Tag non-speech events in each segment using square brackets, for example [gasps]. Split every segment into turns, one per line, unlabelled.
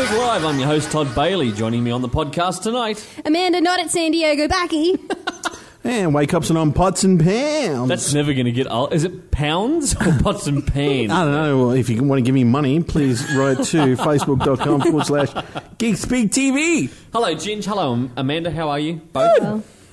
your host, Todd Bailey, joining me on the podcast tonight.
Amanda, not at San Diego, Backy.
And wake ups and on pots and pans.
That's never going to get old. Is it pounds or [laughs] pots and pans?
I don't know. If you want to give me money, please
[laughs]
write to facebook.com forward slash geekspeak TV.
Hello, Ginge. Hello, Am- Amanda. How are you? Both.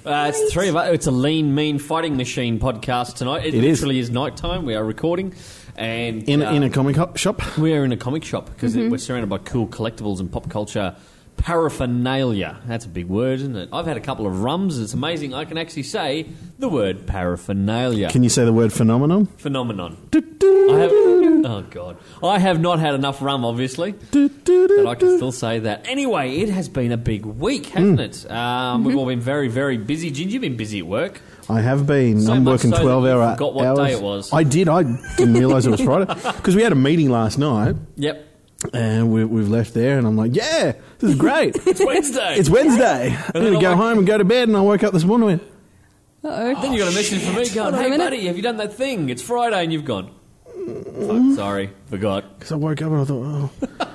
Uh, it's three of us. It's a lean, mean fighting machine podcast tonight. It,
It is.
literally is. nighttime. We are recording, and
In,
uh,
in a comic ho- shop.
we are in a comic shop because we're surrounded by cool collectibles and pop culture paraphernalia. That's a big word, isn't it? I've had a couple of rums. It's amazing. I can actually say the word paraphernalia.
Can you say the word phenomenon?
Phenomenon. I have, oh god, I have not had enough rum, obviously. But I can still say that. Anyway, it has been a big week,
Hmm.
hasn't it? Um, We've all been very, very busy. Ginger, you've been busy at work.
I have been.
So
I'm
much
working
so that
12
you
hour
forgot what
hours.
day it was.
I did. I didn't realize it was Friday.
[laughs]
Because we had a meeting last night
Yep.
and we, we've left there and I'm like, yeah, this is great.
[laughs] It's Wednesday. [laughs]
it's Wednesday. I'm
then
going to
I
go
woke-
home and go to bed. And I woke up this morning and went,
then you got a message from me going,
on a
"Hey,
minute."
buddy, have you done that thing? It's Friday, and you've gone." Fuck, sorry, forgot.
because I woke up and I thought, oh.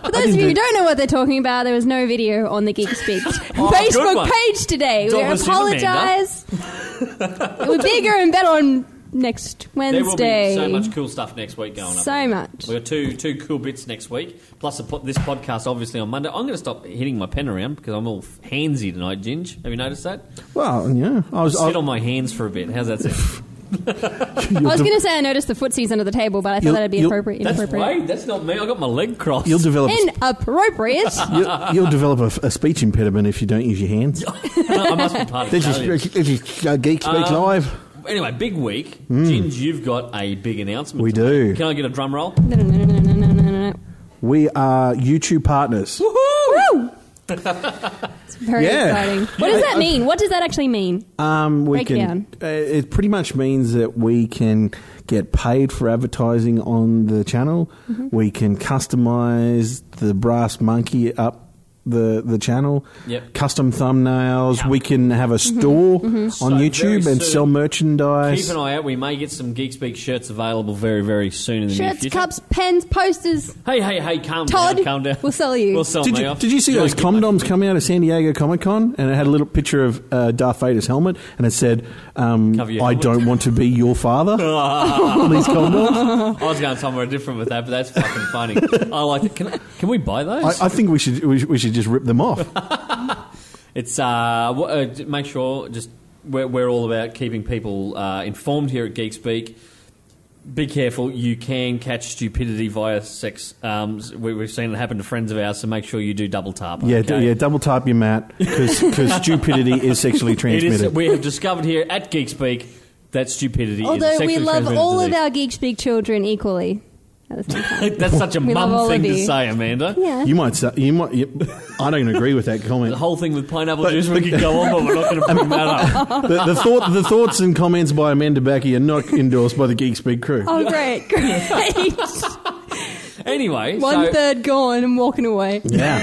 For those of you who don't know what they're talking about, there was no video on the
[laughs]
Geek Speak
Oh, good
Facebook
one.
page today.
It's
we
all the same, [laughs]
apologise. We're bigger and better on next
There will be
Wednesday.
so much cool stuff next week going up.
So much.
We got two two cool bits next week. Plus a po- this podcast obviously on Monday. I'm going to stop hitting my pen around because I'm all handsy tonight, Ginge. Have you noticed that?
Well, yeah. I was. I,
Sit on my hands for a bit. How's that
[laughs]
sound?
I was going to say I noticed the footsies under the table, but I thought
You'll-
that'd be
you'll-
appropriate.
That's
Inappropriate.
right. That's not me. I got my leg crossed. [laughs]
you'll develop. a
Inappropriate.
you'll, you'll develop a f- a, speech impediment if you don't use your hands.
Oh, I must be part of
This
Italian.
is, this is uh, Geek Speak
Um,
Live.
Anyway, big week. Ginge, you've got a big announcement.
Hmm. We
tonight.
do.
Can I get a drum roll?
no, no, no, no, no, no, no, no, no.
We are YouTube partners.
Woo! it's very
Yeah.
exciting. What does that mean? What does that actually mean?
Um, we
Break
can.
down.
Uh, it pretty much means that we can get paid for advertising on the channel.
Mm-hmm.
We can customize the brass monkey up. The, the channel,
Yep.
custom thumbnails.
Yeah.
We can have a
Mm-hmm.
store on
So
YouTube
very
and
soon-
sell merchandise.
Keep an eye out. We may get some Geek Speak shirts available very, very soon in the near
Shirts,
future.
cups, pens, posters.
Hey, hey, hey! Calm
Todd,
down. Calm down.
we'll sell you.
We'll sell
Did
me
you,
off.
did you see
You're
those
gonna get my
condoms coming out of San Diego Comic Con? And it had a little picture of uh, Darth Vader's helmet, and it said, um,
Cover your
"I
helmet."
don't want to be
[laughs]
your father." On these condoms.
I was going somewhere different with that, but that's fucking funny. [laughs] I like it. Can, I- can we buy those?
I, I think we should we should- we should just rip them off.
[laughs] it's uh, wha- uh, j- make sure just we're, we're all about keeping people uh, informed here at Geek Speak. Be careful. You can catch stupidity via sex. Um, s- we, we've seen it happen to friends of ours, so make sure you do double tap.
Yeah, d-
okay?
yeah. Double tap your mat because stupidity is sexually
It
transmitted.
is. We have discovered here at Geek Speak that stupidity. is
Although
a
we
sexually
love
transmitted
all
disease.
of our Geek Speak children equally. At the same
[laughs]
time.
That's such a
[laughs] We love
mum
all of
thing to
you.
say, Amanda.
Yeah.
you might say, you might. You, I don't agree with that
The
comment.
whole thing with pineapple
But-
juice,
but-
we could go on, but we're not going
[laughs]
to bring that up.
The, the thought the thoughts and comments by Amanda Backey are not endorsed by the Geek Speak crew.
Oh,
[laughs]
great, great.
Anyway,
One
so
third gone and walking away.
Yeah,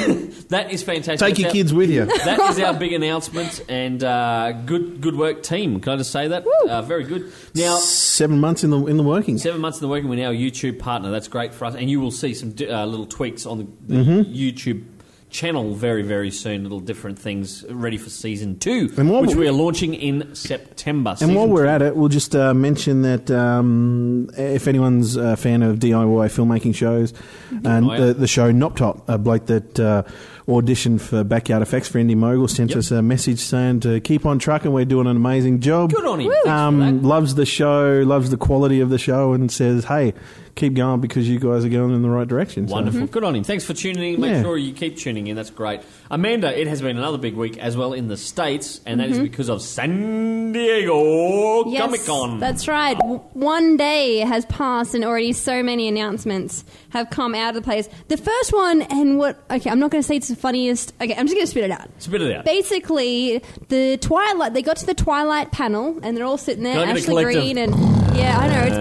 that is fantastic.
take your
That's
kids with you.
our- That is our big announcement, and uh, good good work, team. Can I just say that? Uh, very good. Now,
Seven months in the in the working.
seven months in the working, we're now a YouTube partner. That's great for us, and you will see some di- uh, little tweaks on the, the
Mm-hmm.
YouTube channel very very soon. Little different things ready for season two,
And while
which
we-
we are launching in September.
And while
Season
we're at it, we'll just uh, mention that um, if anyone's a fan of DIY filmmaking shows, and
DIY.
the, the show Nop Top, a bloke that uh, auditioned for Backyard Effects for Indy Mogul, sent
Yep.
us a message saying to keep on trucking. We're doing an amazing job.
Good on him. Woo. Thanks for
Um,
that.
loves the show, loves the quality of the show, and says, "Hey, keep going because you guys are going in the right direction." So-
Wonderful. Good on him. Thanks for tuning in. Make
Mm-hmm. Yeah.
sure you keep tuning in. That's great. Amanda, it has been another big week as well in the States, and
Mm-hmm.
that is because of San Diego
Yes,
Comic Con.
That's right. W- One day has passed, and already so many announcements have come out of the place. The first one, and what? Okay, I'm not going to say it's the funniest. Okay, I'm just going to spit it out.
Spit it out.
Basically, the Twilight. They got to the Twilight panel, and they're all sitting there.
Can I get a Uh,
Ashley
collective-
Green and yeah, I know it's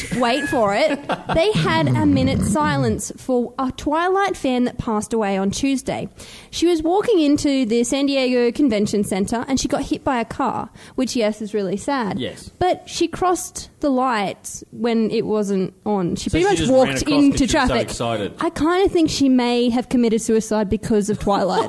Jinx.
boring. [laughs] Wait for it. They had a minute silence for a Twilight fan that passed away on Tuesday. She was walking into the San Diego Convention Center, and she got hit by a car, which yes is really sad.
Yes.
but she crossed the lights when it wasn't on. She
So
pretty
she
much
just ran
walked
across 'cause she
into
was so
traffic.
excited.
I kind of think she may have committed suicide because of Twilight.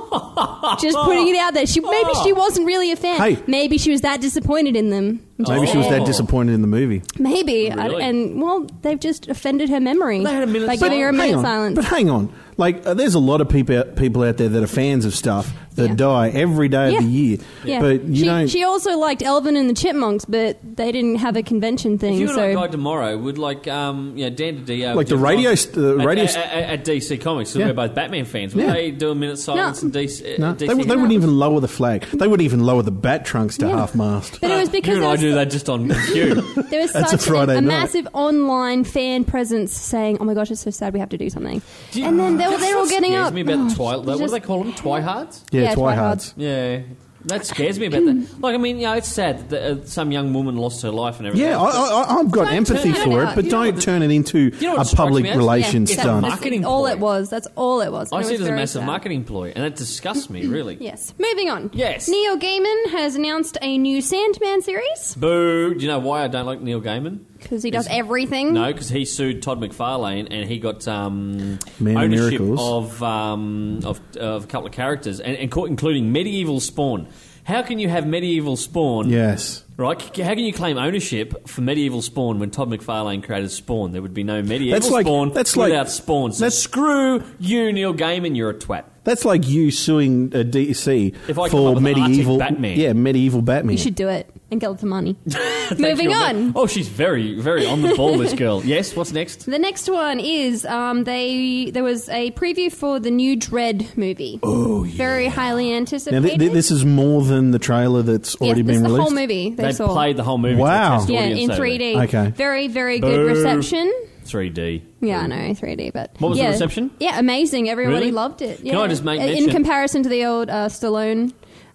Just putting it out there. She maybe
Oh.
she wasn't really a fan.
Hey.
Maybe she was that disappointed in them.
Maybe she was
Oh.
that disappointed in the movie.
Maybe I-
Really?
and well, they've just offended her memory
They had a minute
by
silence.
giving her a
Hang
minute
on,
silence.
But hang on, like uh, there's a lot of people people out there that are fans of stuff that
Yeah.
die every day
Yeah.
of the year.
Yeah.
But you
she,
don't.
she also liked Elvin and the Chipmunks, but they didn't have a convention
If
thing.
you and I
so
died tomorrow, would like um, yeah, Dan DiDio,
Like the
Jeff
radio
Johns-
st- the
at-
radio
at,
st-
at, at DC Comics. 'cause
Yeah.
We're both Batman fans. Would
Yeah.
they do a minute silence
No.
in uh, DC?
no,
DC
they, would- they wouldn't even lower the flag. They wouldn't even lower the bat trunks to
Yeah.
half mast.
but it was because
you and
there
I
was,
do that just
[laughs]
on cue.
there was
That's a
such
Friday
a
night.
massive online fan presence saying, "Oh my gosh, it's so sad. We have to do something."
Do you-
and then they were
That's
they're all
what
getting
scares
up.
me about
Oh,
the Twilight.
it's
What do they
just-
call
[laughs]
them? Twihards?
Yeah,
Yeah,
Twihards.
Yeah, that scares me about
[laughs]
that. Like, I mean, yeah, it's sad that uh, some young woman lost her life and everything.
Yeah, I, I, I've got
Don't
empathy
turn it
for it,
out.
but
You know
don't
what-
turn it
know
into
what
a
strikes
public
me as?
relations
Yeah, it's a
stunt.
market- marketing
That's all
ploy.
it was. That's all it was.
I
And
see it
was
as a
very
massive
sad.
marketing ploy, and that disgusts
[clears throat]
me, really.
Yes. Moving on.
Yes.
Neil Gaiman has announced a new Sandman series
Boo! Do you know why I don't like Neil Gaiman?
because he does
Is-
everything.
No, because he sued Todd McFarlane and he got um,
Man of
ownership
Miracles.
of, um, of of a couple of characters, and, and co- including Medieval Spawn. How can you have Medieval Spawn?
Yes.
Right? c- How can you claim ownership for Medieval Spawn when Todd McFarlane created Spawn? There would be no Medieval
That's like-
Spawn
that's like-
without Spawn. So
that's-
screw you, Neil Gaiman. You're a twat.
That's like you suing uh, DC
If I come up
for
with an Arctic
medieval
Batman.
Yeah, medieval Batman.
You should do it and get the money.
[laughs] Thank
Moving
you.
on.
Oh, she's very, very on the ball. This
[laughs]
girl. Yes. What's next?
The next one is um, they. There was a preview for the new Dread movie. Oh, yeah. very highly
now,
anticipated.
th- th- this is more than the trailer that's
yes,
already
this
been
is the
released.
whole movie they,
They
saw.
played the whole movie. to
Wow.
test
yeah,
audience
in
over there.
3D.
Okay.
Very, very good
Boo.
reception.
3D.
Yeah, I know 3D, but
What was the
yeah.
reception?
Yeah, amazing. Everybody
Really?
loved it.
Can
Yeah.
I just make
in
mention-
comparison to the old uh, Stallone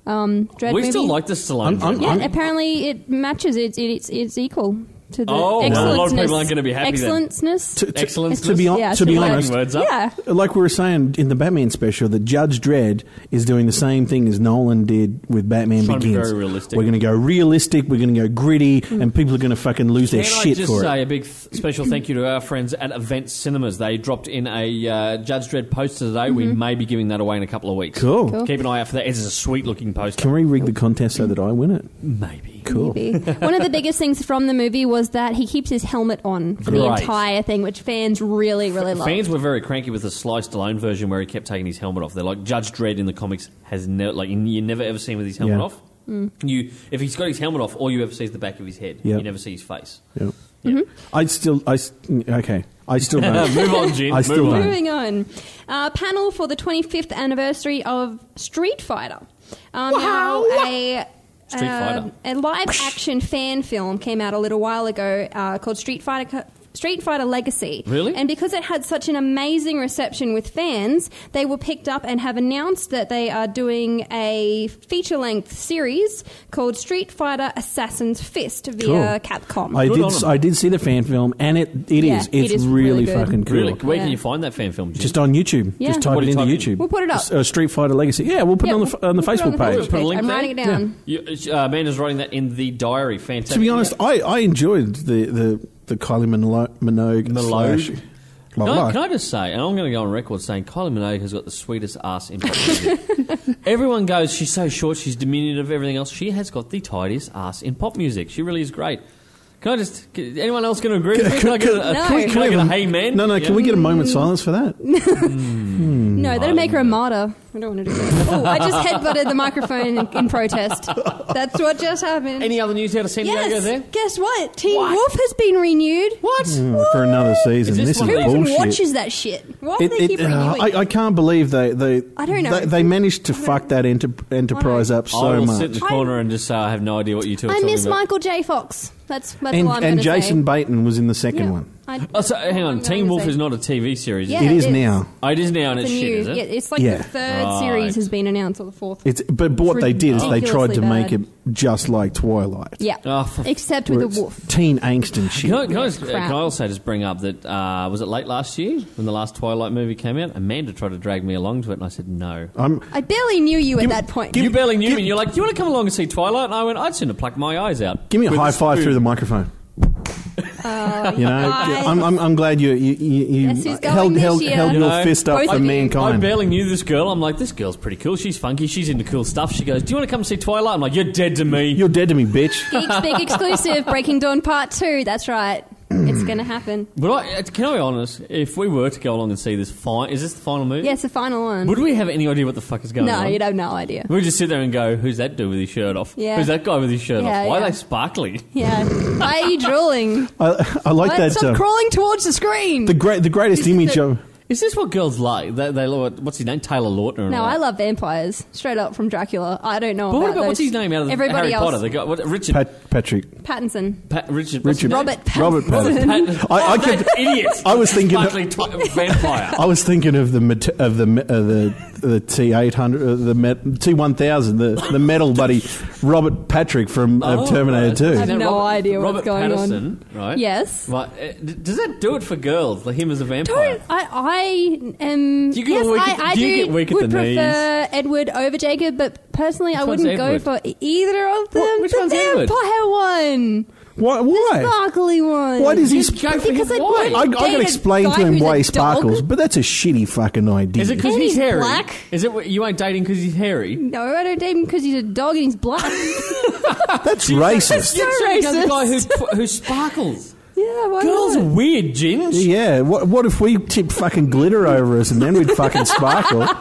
um, Dread
we
movie?
still like the Stallone.
I'm- I'm-
version.
Yeah,
I'm-
apparently it matches. It's it's it's equal to the
Oh, well, a lot of people
excellenceness-
aren't gonna be happy then.
Excellenceness.
To- to-
Excellence.
To be, on,
Yeah,
to be
sure.
honest,
Words up. [laughs]
Yeah.
like we were saying in the Batman special, that Judge Dredd is doing the same thing as Nolan did with Batman
Trying to be
Begins.
very realistic.
We're going to go realistic. We're going to go gritty,
Hmm.
and people are going to fucking lose their
Can
shit
I just
for
say
it.
a big th- special thank you to our friends at Event Cinemas? They dropped in a uh, Judge Dredd poster today. We may be giving that away in a couple of weeks.
Cool.
Mm-hmm. Cool.
Keep an eye out for that. It's a sweet looking poster.
Can we rig the contest so that I win it?
Maybe.
Cool.
Maybe. One of the biggest things from the movie was that he keeps his helmet on for the
Right.
entire thing, which fans really, really love.
Fans were very cranky with the Sly Stallone version where he kept taking his helmet off. They're like Judge Dredd in the comics has never like you, you never ever see him with his helmet
Yeah.
off.
Mm.
You if he's got his helmet off, all you ever see is the back of his head.
Yeah.
You never see his face.
Yeah.
Mm-hmm.
I still, I s- okay. I still
[laughs]
don't.
Move on, Jin.
I
Move
still
on.
don't.
Moving on, uh, panel for the 25th anniversary of Street Fighter. Um, now a um,
Street Fighter.
a live action fan film came out a little while ago uh, called Street Fighter. Co- Street Fighter Legacy.
Really?
And because it had such an amazing reception with fans, they were picked up and have announced that they are doing a feature length series called Street Fighter Assassin's Fist via
Cool.
Capcom.
I
Good
did.
on
s-
'em.
I did see the fan film, and it it is.
Yeah, it
It's
is really
really,
good.
fucking cool.
Really? Where can
Yeah.
you find that fan film, Jin?
Just on YouTube.
Yeah.
Just type
What
it
are you
into
typing?
YouTube.
We'll put it up.
S- uh, Street Fighter Legacy. Yeah, we'll put
Yeah,
it on the
we'll-
f- on the
we'll put it on the
Facebook page.
Facebook
Put a link
I'm
there?
writing it down.
You, uh, Amanda's writing that in the diary. Fantastic.
To be honest, I, I enjoyed the the the Kylie Minogue. Minogue.
Minogue.
slash-
Can I,
Minogue.
can I just say, and I'm going to go on record saying Kylie Minogue has got the sweetest ass in pop
[laughs]
music. Everyone goes, she's so short, she's diminutive, everything else. She has got the tightest ass in pop music. She really is great. Can I just? Can, anyone else going to agree? Can, can I get a, a,
No.
can I get a hey man?
No, no. Can
Yeah.
we get a moment silence for that?
No, that'd make her a martyr. I don't want to do that. [laughs] Oh, I just headbutted the microphone in, in protest. That's what just happened.
Any other news out of San Diego? There.
yes. Guess what? Teen Wolf has been renewed.
What?
Mm, for another season.
Is this
This, is
one
Who
of these-
even
bullshit.
watches that shit? Why do
It-
they
it-
keep
uh,
renewing?
I, I can't believe they they
I don't know.
they, they managed to fuck that enter, enterprise up so
I will
much.
sit in the
I-
corner and just say I have no idea what you two are
I
talking
miss
about.
Michael J. Fox. That's that's
and
all I'm
and
gonna
Jason
say.
Bateton was in the second one.
I-
Oh, so, hang
I'm
on,
gonna
Teen Wolf
say-
is not a TV series. Is
Yeah,
it?
It is
it is.
now.
Oh, it is now, and
It's
it's
a
shit,
new.
is it?
yeah, it's like
Yeah.
the third
Right.
series has been announced or the fourth.
It's but what they did is they tried
ridiculously
to make
bad.
it just like Twilight.
yeah,
Oh, for-
except with
where
a
it's
wolf.
Teen angst and shit.
Can I, can, I, just- uh,
Crap.
can I also just bring up that uh, was it late last year when the last Twilight movie came out? Amanda tried to drag me along to it, and I said no.
I'm
I barely knew you at that point.
you barely knew me. and You're like, do you want to come along and see Twilight? And I went, I'd sooner pluck my eyes out.
give me a
with
high
spoon."
five through the microphone.
Oh,
You know,
guys.
I'm, I'm, I'm glad you you, you,
Guess
you
who's going
held
this
held,
year?
held
You
your
know,
fist up
both
for
of you.
I
mankind.
barely knew this girl. I'm like, this girl's pretty cool. She's funky. She's into cool stuff. She goes, "Do you want to come see Twilight?" I'm like, "You're dead to me."
You're dead to me, bitch.
Geeks
[laughs]
Speak exclusive, Breaking Dawn Part 2. That's right.
Mm.
It's going to happen.
but I, uh, can I be honest? If we were to go along and see this, fine. Is this the final movie?
Yes, the final one.
Would we have any idea what the fuck is going
no,
on?
you'd have no idea.
We just sit there and go, "Who's that dude with his shirt off?
Yeah.
Who's that guy with his shirt
Yeah,
off? Why
yeah.
are they sparkly?"
Yeah. Why are you drooling?
I, I [laughs] like
What?
that.
Stop
Uh,
crawling towards the screen.
the great the greatest
This is
image
the-
of
Is this what girls like? They, they like- what's his name? Taylor Lautner. and
no,
all that.
I love vampires. Straight up from Dracula. I don't know
But
about
what about
those.
what's his name out of the
Everybody
Harry
else.
Potter? The guy, what, Richard.
Pat, Patrick.
Pattinson.
Pat, Richard. what's his
Richard
name?
Robert Pattinson.
Robert Pattinson.
Pat-
[laughs] I- I
Oh, that
could-
idiot.
I was thinking of-
Sparkly twi-
[laughs]
vampire.
I was thinking of the mate- of the me- uh, the the T eight hundred uh, the T one thousand the the metal buddy Robert Patrick from uh,
Oh,
Terminator
right.
Two.
Is
have
that
no
Robert-
idea what's
Robert
going on.
Pattinson, Right.
Yes.
Right. uh, d- Does that do it for girls? Like him as a vampire.
Don't I? I am.
Do you get
yes,
weak
I,
at the-
I
do
do.
you get weak at
would
the knees?
prefer Edward over Jacob, but personally, I
Which one's
wouldn't go
Edward?
for e- either of them.
What- which
the
one's
vampire
Edward?
one,
Why?
the
Why?
sparkly one.
Why does he?
Just
Sp-
go for his
Because I-
wife.
I, I got
Date
to
a
explain to
guy
him
who's
why
a
he
dog?
sparkles, but that's a shitty fucking idea.
Is it because
And
he's,
he's
hairy?
black.
Is it what- you ain't dating because he's hairy?
No, I don't date him because he's a dog and
[laughs]
he's black.
that's racist.
so
Sorry, he's The
racist.
guy who, who
[laughs]
sparkles.
yeah, why
Girls are
not?
weird, Ginge.
Yeah. What? What if we tipped fucking glitter over us and then we'd fucking sparkle? [laughs]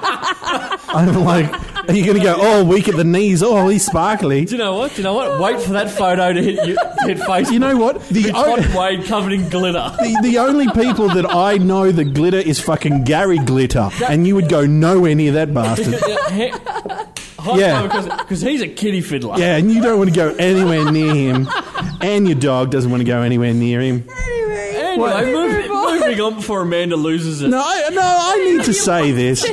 I'm like, are you going to go? Oh, weak at the knees. Oh, he's sparkly.
Do you know what? Do you know what? Wait for that photo to hit you,
[laughs]
hit Facebook.
You know what? The
With
[laughs] o-
Todd Wade covered in
[laughs]
glitter.
The, the only people that I know that glitter is fucking Gary Glitter, and you would go nowhere near
[laughs]
that bastard. Yeah.
because he's a kitty fiddler.
Yeah, and you don't want to go anywhere near him, and your dog doesn't want to go anywhere near him.
Anyway,
Anyway, move,
move on.
moving on before Amanda loses it.
No, I, no, I need to say this.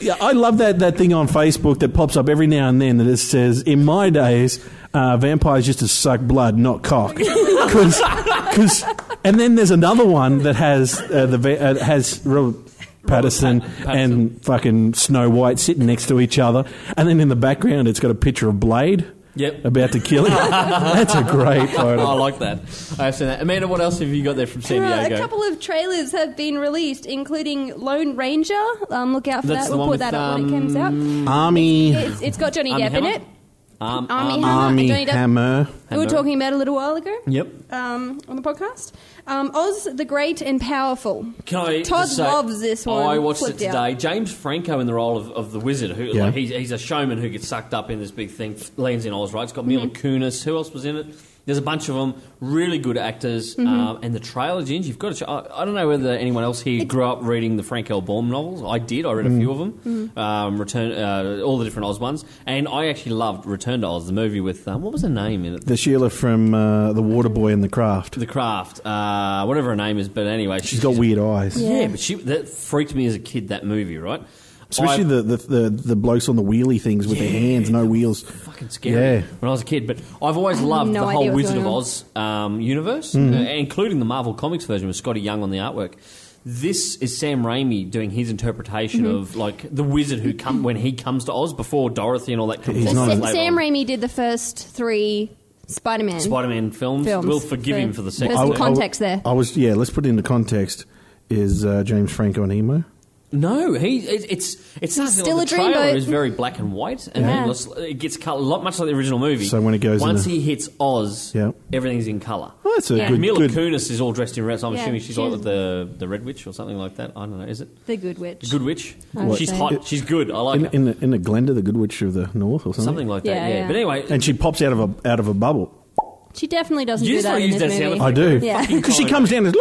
Yeah, I love that, that thing on Facebook that pops up every now and then that it says, "In my days, uh, vampires used to suck blood, not cock." Cause, 'cause- and then there's another one that has uh, the va- uh, has Robert Patterson, and fucking Snow White sitting next to each other, and then in the background it's got a picture of Blade.
Yep.
About to kill him. That's a great photo.
[laughs] I like that. I have seen that. Amanda, what else have you got there from San
Uh,
Diego?
a couple of trailers have been released, including Lone Ranger. Um, look out for
That's
that.
the
We'll
one with,
put that up when it
um,
comes out.
Army,
It's, it's got Johnny
Army
Depp in
Hammer?
it.
Um,
Army
um,
Hammer.
Army
Johnny Depp.
Hammer.
We were
Hammer.
talking about it a little while ago.
Yep.
um, on the podcast. Um, Oz the Great and Powerful.
Can I
Todd
just say-
loves this one.
I watched it
Flipped
today.
out.
James Franco in the role of, of the wizard. Who
Yeah.
like, he's, he's a showman who gets sucked up in this big thing. f- Lands in Oz, right? It's got Mila
Mm-hmm.
Kunis. Who else was in it? There's a bunch of them. Really good actors.
Mm-hmm.
Um, and the trailer, Ginge, you've got to. Ch- I, I don't know whether anyone else here grew up reading the Frank L. Baum novels. I did. I read
Mm-hmm.
a few of them.
Mm-hmm.
Um, Return, uh, all the different Oz ones, and I actually loved Return to Oz, the movie with um, what was her name in it?
The Sheila from uh, The Waterboy and The Craft.
The Craft, uh, whatever her name is. But anyway,
She's got weird eyes.
Yeah,
Yeah.
but she that freaked me as a kid. That movie, right?
Especially
I-
the, the, the, the blokes on the wheelie things with their hands, no wheels.
fucking scary
Yeah.
when I was a kid. But I've always loved
no
the
idea
whole
what's
Wizard of
going on.
Oz
Mm-hmm.
um, universe, uh, including the Marvel Comics version with Scotty Young on the artwork. This is Sam Raimi doing his interpretation
Mm-hmm.
of like the wizard who come when he comes to Oz before Dorothy and all that comes.
He's
So
on
not
Sa-
a-
later
Sam
on.
Raimi did the first three Spider-Man.
Spider-Man films.
Films.
We'll forgive
So-
him for the
There's
second.
some
w-
one.
w-
context there.
I was yeah. Let's put it into context. Is uh, James Franco an emo?
No, he it, it's it's not
Still
the
a dreamboat.
trailer is very black and white, and
Yeah.
then it's- it gets color, lot much like the original movie.
So when it goes in
once
the-
he hits Oz,
Yeah.
everything's in color.
Oh, that's a
Yeah.
good.
Mila
good
Kunis is all dressed in red. So I'm
Yeah,
assuming she's
she
like
is.
the the Red Witch or something like that. I don't know. Is it
The Good Witch.
the Good Witch?
I would
She's
say.
hot. She's good. I like
in,
her.
in, the, in the Glenda, the Good Witch of the North, or something.
something like that.
Yeah,
Yeah.
yeah.
But anyway,
and she pops out of a out of a bubble.
She definitely doesn't
you
do
just
that
want to
in
use
this
that
movie.
sound effect.
I do.
every
Yeah.
fucking
[laughs] Because she
time.
comes down and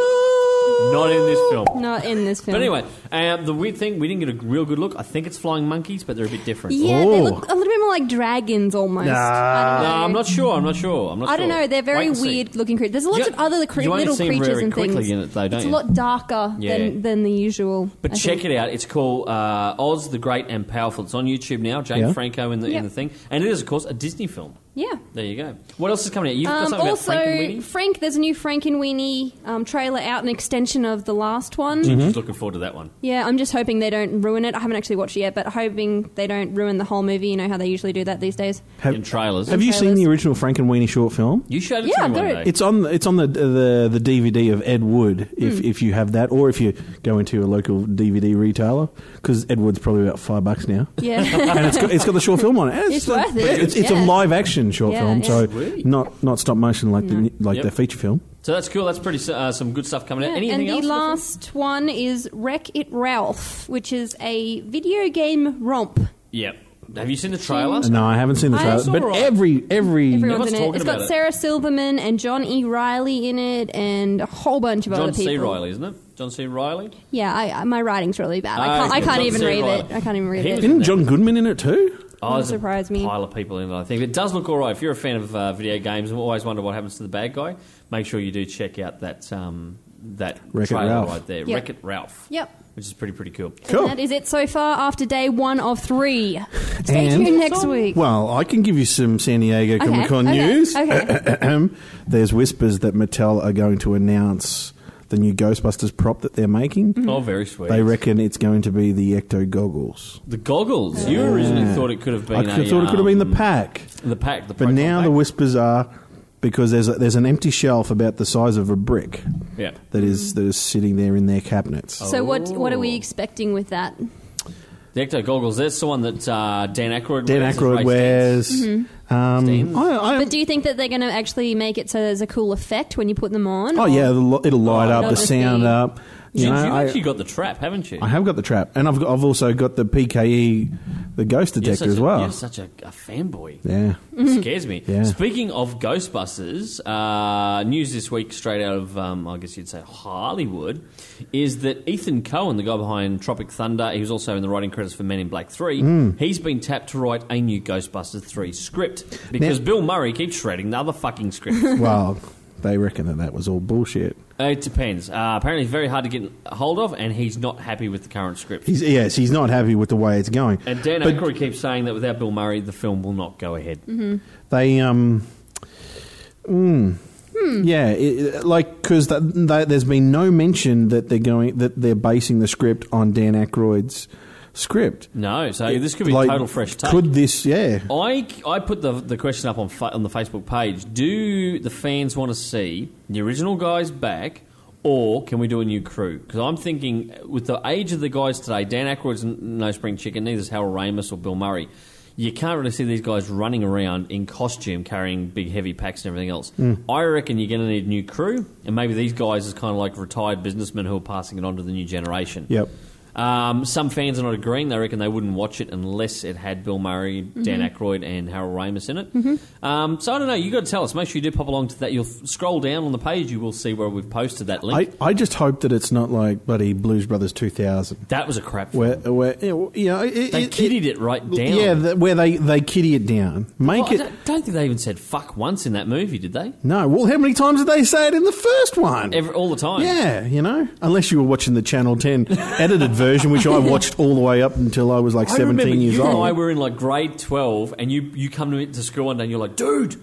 Not in this film.
Not in this film.
But anyway, um, the weird thing we didn't get a real good look. I think it's flying monkeys, but they're a bit different.
yeah,
Oh.
they look a little bit more like dragons almost.
Nah.
I don't know.
No, I'm not sure. I'm not sure. I'm not
I don't
sure.
know. They're
Wait
very
and see.
weird looking creatures. There's a lot
You-
of other cre-
you only
little
see 'em
creatures
very
and things.
quickly in it though, don't
it's
you?
a lot darker
Yeah.
than, than the usual.
But
I
check
think.
it out. It's called uh, Oz the Great and Powerful. It's on YouTube now. James
Yeah.
Franco in the in
Yep.
the thing, and it is of course a Disney film.
Yeah.
There you go. What else is coming out? You've got
Um,
something
also,
about
Mm-hmm.
Frankenweenie?
Frank, there's a new Frank and Weenie um, trailer out, an extension of the last one.
Just looking forward to that one.
Yeah, I'm just hoping they don't ruin it. I haven't actually watched it yet, but hoping they don't ruin the whole movie. You know how they usually do that these
[laughs]
days.
Have,
In trailers.
have you seen
trailers.
the original Frank and Weenie short film?
You showed it to me one
Yeah, I've
day.
got it.
It's on it's on the the, the DVD of Ed Wood if,
Hmm.
if you have that, or if you go into a local DVD retailer because Ed Wood's probably about five bucks now.
Yeah. [laughs]
and it's got, it's got the short film on it. And
It's worth it.
It's, it's
Yeah.
a live action short
Yeah,
film,
yeah.
so
Sweet.
not not stop motion like the like
Yep.
the feature film.
So that's cool. That's pretty uh, some good stuff coming out. Anything
and the
else?
last one is Wreck It Ralph, which is a video game romp.
Yep. Have you seen the trailer?
No, I haven't seen the
I
trailer,
saw
but
it.
every every
Everyone's
Everyone's in
talking
it. It's got
about it.
Sarah Silverman and John E. Riley in it, and a whole bunch of
John
other people.
C. Riley, isn't it? John C. Riley.
Yeah, I, I- my writing's really bad. I can't,
Ah, Okay,
I can't
John
even
C.
read
Reilly.
it. I can't even read
He
it.
was in
Isn't John Goodman in it too?
Oh, there's a
surprise me.
Pile of people in it, I think. It does look all right. If you're a fan of uh, video games and always wonder what happens to the bad guy, make sure you do check out that um, that
Wreck-It
trailer
Ralph.
right there,
Yep.
Wreck It Ralph.
Yep.
Which is pretty pretty cool.
Cool.
And that is it so far after day one of three.
[laughs]
Stay
And-
tuned next week.
Well, I can give you some San Diego
Okay,
Comic Con
okay,
news. [coughs]
okay.
There's whispers that Mattel are going to announce the new Ghostbusters prop that they're making.
Oh, very sweet.
They reckon it's going to be the Ecto goggles.
the goggles. You originally
Yeah.
thought it could have been.
I
a,
could- thought it could have been the
um,
pack.
The pack. The
But
Proton
now
pack.
the whispers are because there's a, there's an empty shelf about the size of a brick
Yeah.
that is that is sitting there in their cabinets.
so what what are we
Mm. Oh.
expecting with that?
The Ecto goggles. That's the one that uh, Dan Aykroyd.
Dan
wears as
Aykroyd
race
wears.
Steams.
Um, I, I,
But do you think that they're going to actually make it so there's a cool effect when you put them on?
oh
Or-
yeah, it'll, it'll light
Oh,
up, the
that'll
sound
be-
up. You
Since
know,
you've
I-
actually got the trap, haven't you?
I have got the trap, and I've got, I've also got the PKE, the ghost
You're
detector
such
as
a-
well.
You're such a, a fanboy.
Yeah,
[laughs] It scares me.
Yeah.
Speaking of Ghostbusters, uh, news this week straight out of, um, I guess you'd say Hollywood, is that Ethan Cohen, the guy behind Tropic Thunder, he was also in the writing credits for Men in Black 3,
Mm.
he's been tapped to write a new Ghostbusters 3 script because
Now-
Bill Murray keeps shredding the other fucking
[laughs]
script.
well, they reckon that that was all bullshit.
it depends. Uh, apparently, it's very hard to get hold of, and he's not happy with the current script.
He's yes, he's not happy with the way it's going.
and Dan
But-
Aykroyd keeps saying that without Bill Murray, the film will not go ahead.
They um, mm,
Hmm.
yeah, it, like because th they, there's been no mention that they're going that they're basing the script on Dan Aykroyd's script.
No, so this could be
Like,
a total fresh take.
Could this? Yeah,
[laughs] I, I put the, the question up on fa- on the Facebook page. Do the fans want to see the original guys back, or can we do a new crew? Because I'm thinking uh, with the age of the guys today, Dan Aykroyd's n- no spring chicken, neither is Harold Ramis or Bill Murray. You can't really see these guys running around in costume carrying big heavy packs and everything else. I reckon you're going to need a new crew, and maybe these guys is kind of like retired businessmen who are passing it on to the new generation.
Yep.
Um, some fans are not agreeing. They reckon they wouldn't watch it unless it had Bill Murray, Dan Aykroyd, and Harold Ramis in it. Um, so I don't know. You got to tell us. Make sure you do pop along to that. You'll f- scroll down on the page. You will see where we've posted that link.
I, I just hope that it's not like bloody Blues Brothers two thousand.
that was a crap.
Where,
Where,
where, you know, you know, it,
They
it-
kiddied it right down. Oh,
Yeah, the, where they they kiddy it down, make
I
it.
don't, don't think they even said fuck once in that movie, did they?
No, well, how many times did they say it in the first one?
Every, all the time.
yeah, you know, unless you were watching the Channel Ten edited version,
[laughs]
which I watched all the way up until I was like
I remember
seventeen years
you and I
old.
were in like grade twelve, and you you come to, me, to school one day and you're like, dude.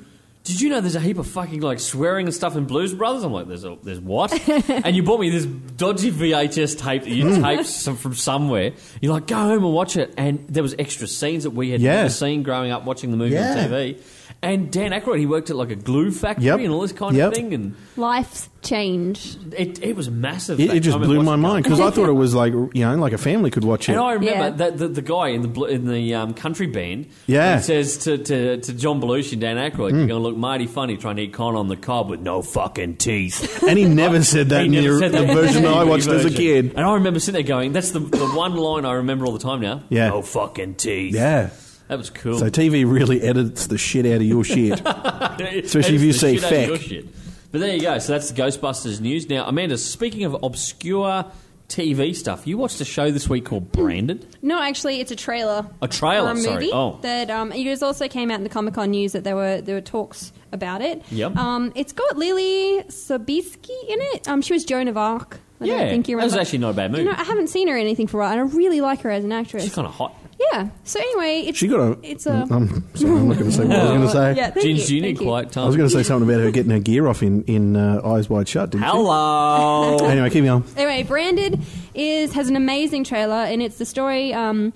Did you know there's a heap of fucking like swearing and stuff in Blues Brothers? I'm like, there's a, there's what? and you bought me this dodgy VHS tape that
[laughs]
you taped some, from somewhere. You're like, go home and watch it. And there was extra scenes that we had
Yeah.
never seen growing up watching the movie
Yeah.
on TV. And Dan Aykroyd, he worked at like a glue factory
Yep.
and all this kind
Yep.
of thing, and
Life's change.
it, it was massive.
It,
that
it just
time and
blew my
watching it.
mind because I thought it was like you know, like a family could watch it.
And I remember
Yeah.
that the, the guy in the bl- in the um, country band,
Yeah. Hmm.
he says to, to, to John Belushi and Dan Aykroyd, "You're going to look mighty funny trying to eat con on the cob with no fucking teeth."
[laughs] and he never said that
[laughs] He
in the,
never said
[laughs]
that
the
in [laughs]
version that I
TV
watched as a
version.
kid.
and I remember sitting there going, "That's the, the one line I remember all the time now."
Yeah.
no fucking teeth.
Yeah.
that was cool. [laughs]
So TV really edits the shit out of your shit.
especially
if you say feck.
But there you go. So that's the Ghostbusters news. Now, Amanda, speaking of obscure TV stuff, you watched a show this week called Branded.
No, actually, it's a trailer.
A trailer,
for a movie
sorry. Oh.
that um, it is also came out in the Comic Con news that there were there were talks about it.
Yep.
Um, it's got Lily Sobieski in it. Um, she was Joan of Arc. I
Yeah,
don't think you
that was
remember.
actually not a bad
You know,
movie.
I haven't seen her in anything for a while, and I really like her as an actress.
She's kind of hot.
yeah, Yeah. So anyway, it's
She got a.
It's a-
I'm, sorry, I'm not going to say what I was
[laughs]
going to say.
Yeah, thank
Ginge,
you,
you need
thank you.
quiet time.
I was going to say something about her getting her gear off in in uh, Eyes Wide Shut. Didn't
Hello.
she? [laughs] Anyway, keep going.
Anyway, Branded is has an amazing trailer, and it's the story um,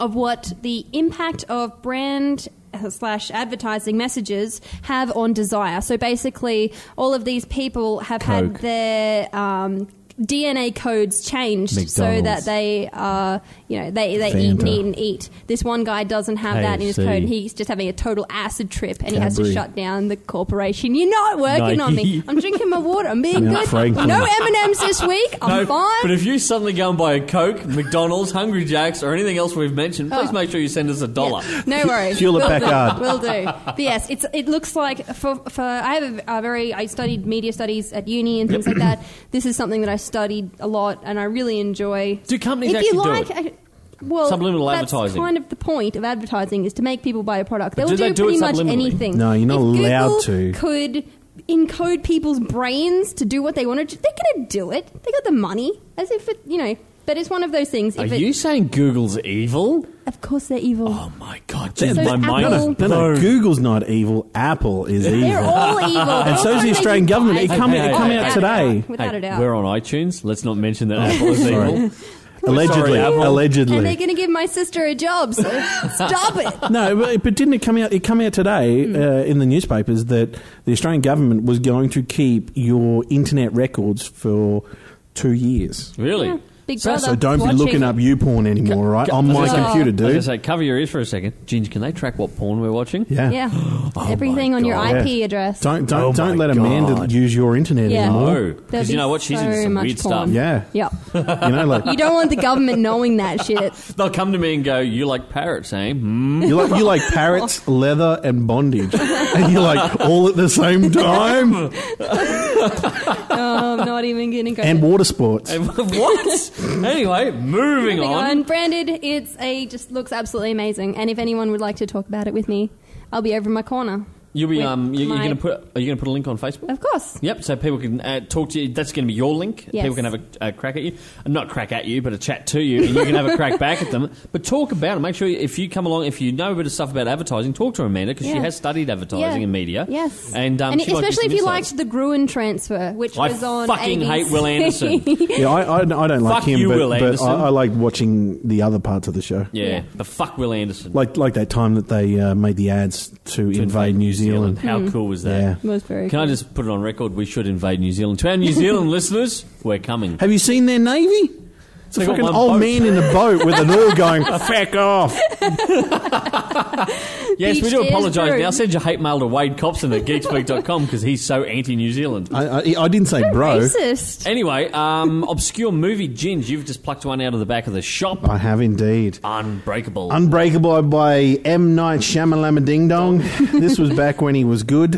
of what the impact of brand uh, slash advertising messages have on desire. So basically, all of these people have
Coke.
had their um, DNA codes changed so that
McDonald's.
they are, you know, they, they eat
Fanta.
and eat and eat. This one guy doesn't have that in his
KFC.
code. He's just having a total acid trip, and he has to
Cadbury.
shut down the corporation. You're not working on
Nike.
me. I'm drinking my water. I'm being
Yeah,
good.
Franklin.
No M&M's this week. I'm
No,
fine.
But if you suddenly go and buy a Coke, McDonald's, Hungry Jack's, or anything else we've mentioned, please
Oh.
make sure you send us a dollar.
no worries.
Fuel it
Will
back
do.
up.
Will do. But yes, it's, it looks like for, for I have a, a very I studied media studies at uni and things
[clears throat]
like that. This is something that I studied a lot and I really enjoy.
Do companies
if you
actually
like,
do
I- well,
Subliminal
that's
advertising.
kind of the point of advertising is to make people buy a product. They'll
do they do it
pretty much
subliminally?
anything.
No, you're not
If
allowed
Google
to.
Could encode people's brains to do what they want to do. They're going to do it. They got the money, as if it, you know. But it's one of those things.
Are
if it,
you saying Google's evil?
Of course, they're evil.
Oh my god, dude,
So
my
Apple-
mind is
No,
No, no, Google's not evil. Apple is
They're
evil.
all
[laughs]
evil.
And so is the Australian government. It come,
Hey,
it come
hey,
out
hey.
today.
Without
Hey,
a doubt.
We're on iTunes. Let's not mention that Apple is
Oh, Sorry.
evil.
[laughs] Allegedly.
Sorry, Apple.
and they're
allegedly.
going to give my sister a job,
[laughs]
so stop it.
No, but, but didn't it come out? It come out today
Hmm.
uh, in the newspapers that the Australian government was going to keep your internet records for two years.
Really?
Yeah, Big
So-
brother.
So don't be
watching.
[laughs]
looking up you porn anymore, right? On
I
my
was gonna say-
computer,
I was gonna
dude.
say, cover your ears for a second. Ginge, can they track what porn we're watching?
Yeah. [gasps]
Yeah.
my
Everything on your
God.
IP address.
Oh Don't don't
Oh
don't
my
let Amanda
God.
use your internet
[laughs]
yeah.
anymore.
No, 'cause
There'll
you
be
know what? She's into
so
some
much
weird
porn.
stuff.
Yeah.
Yep.
[laughs]
You know, like
You don't want the government knowing that
[laughs]
shit.
They'll come to me and go, "You like parrots, eh?" Mm.
You like you like parrots, leather, and bondage, and you like all at the same time,
Oh, I'm not even going to go.
and water sports.
[laughs] what?
[laughs]
anyway, moving
Moving
on.
on. Branded, it's a just looks absolutely amazing. And if anyone would like to talk about it with me, I'll be over in my corner.
You'll be
With
um, you, you're
my-
gonna put are you gonna put a link on Facebook?
Of course.
Yep, so people can uh, talk to you. That's going to be your link.
Yes.
People can have a, a crack at you. Uh, Not crack at you, but a chat to you, and you can have a
[laughs]
crack back at them. But talk about it. Make sure if you come along, if you know a bit of stuff about advertising, talk to Amanda because she
Yeah.
has studied advertising
Yeah.
and media.
Yes.
And, um, she might give
especially
some
if you
insights.
liked the Gruen transfer, which
I
was on.
fucking
ABC.
hate Will
[laughs]
Anderson.
Yeah, I, I, I don't like
Fuck
him,
you,
but,
Will
but
Anderson.
I, I like watching the other parts of the show.
Yeah,
Yeah.
but fuck Will Anderson.
Like like that time that they uh, made the ads to, invade New Zealand.
How cool was that?
Yeah.
It was very
Can I
cool.
just put it on record? We should invade New Zealand. To our
[laughs]
New Zealand listeners, we're coming.
Have you seen their navy? It's
They
a
got
fucking
one
old
boat.
man in a boat with an oar going,
[laughs]
feck off.
Yes, we
Beach
do
is
apologise
brewed.
now. Send your hate mail to Wade Copson at geekspeak.com because he's so anti New Zealand.
I, I, I didn't say bro.
Racist.
Anyway, um, obscure movie Ginge, you've just plucked one out of the back of the shop.
I have indeed.
Unbreakable.
Unbreakable by M. Night Shyamalama Ding Dong. this was back when he was good.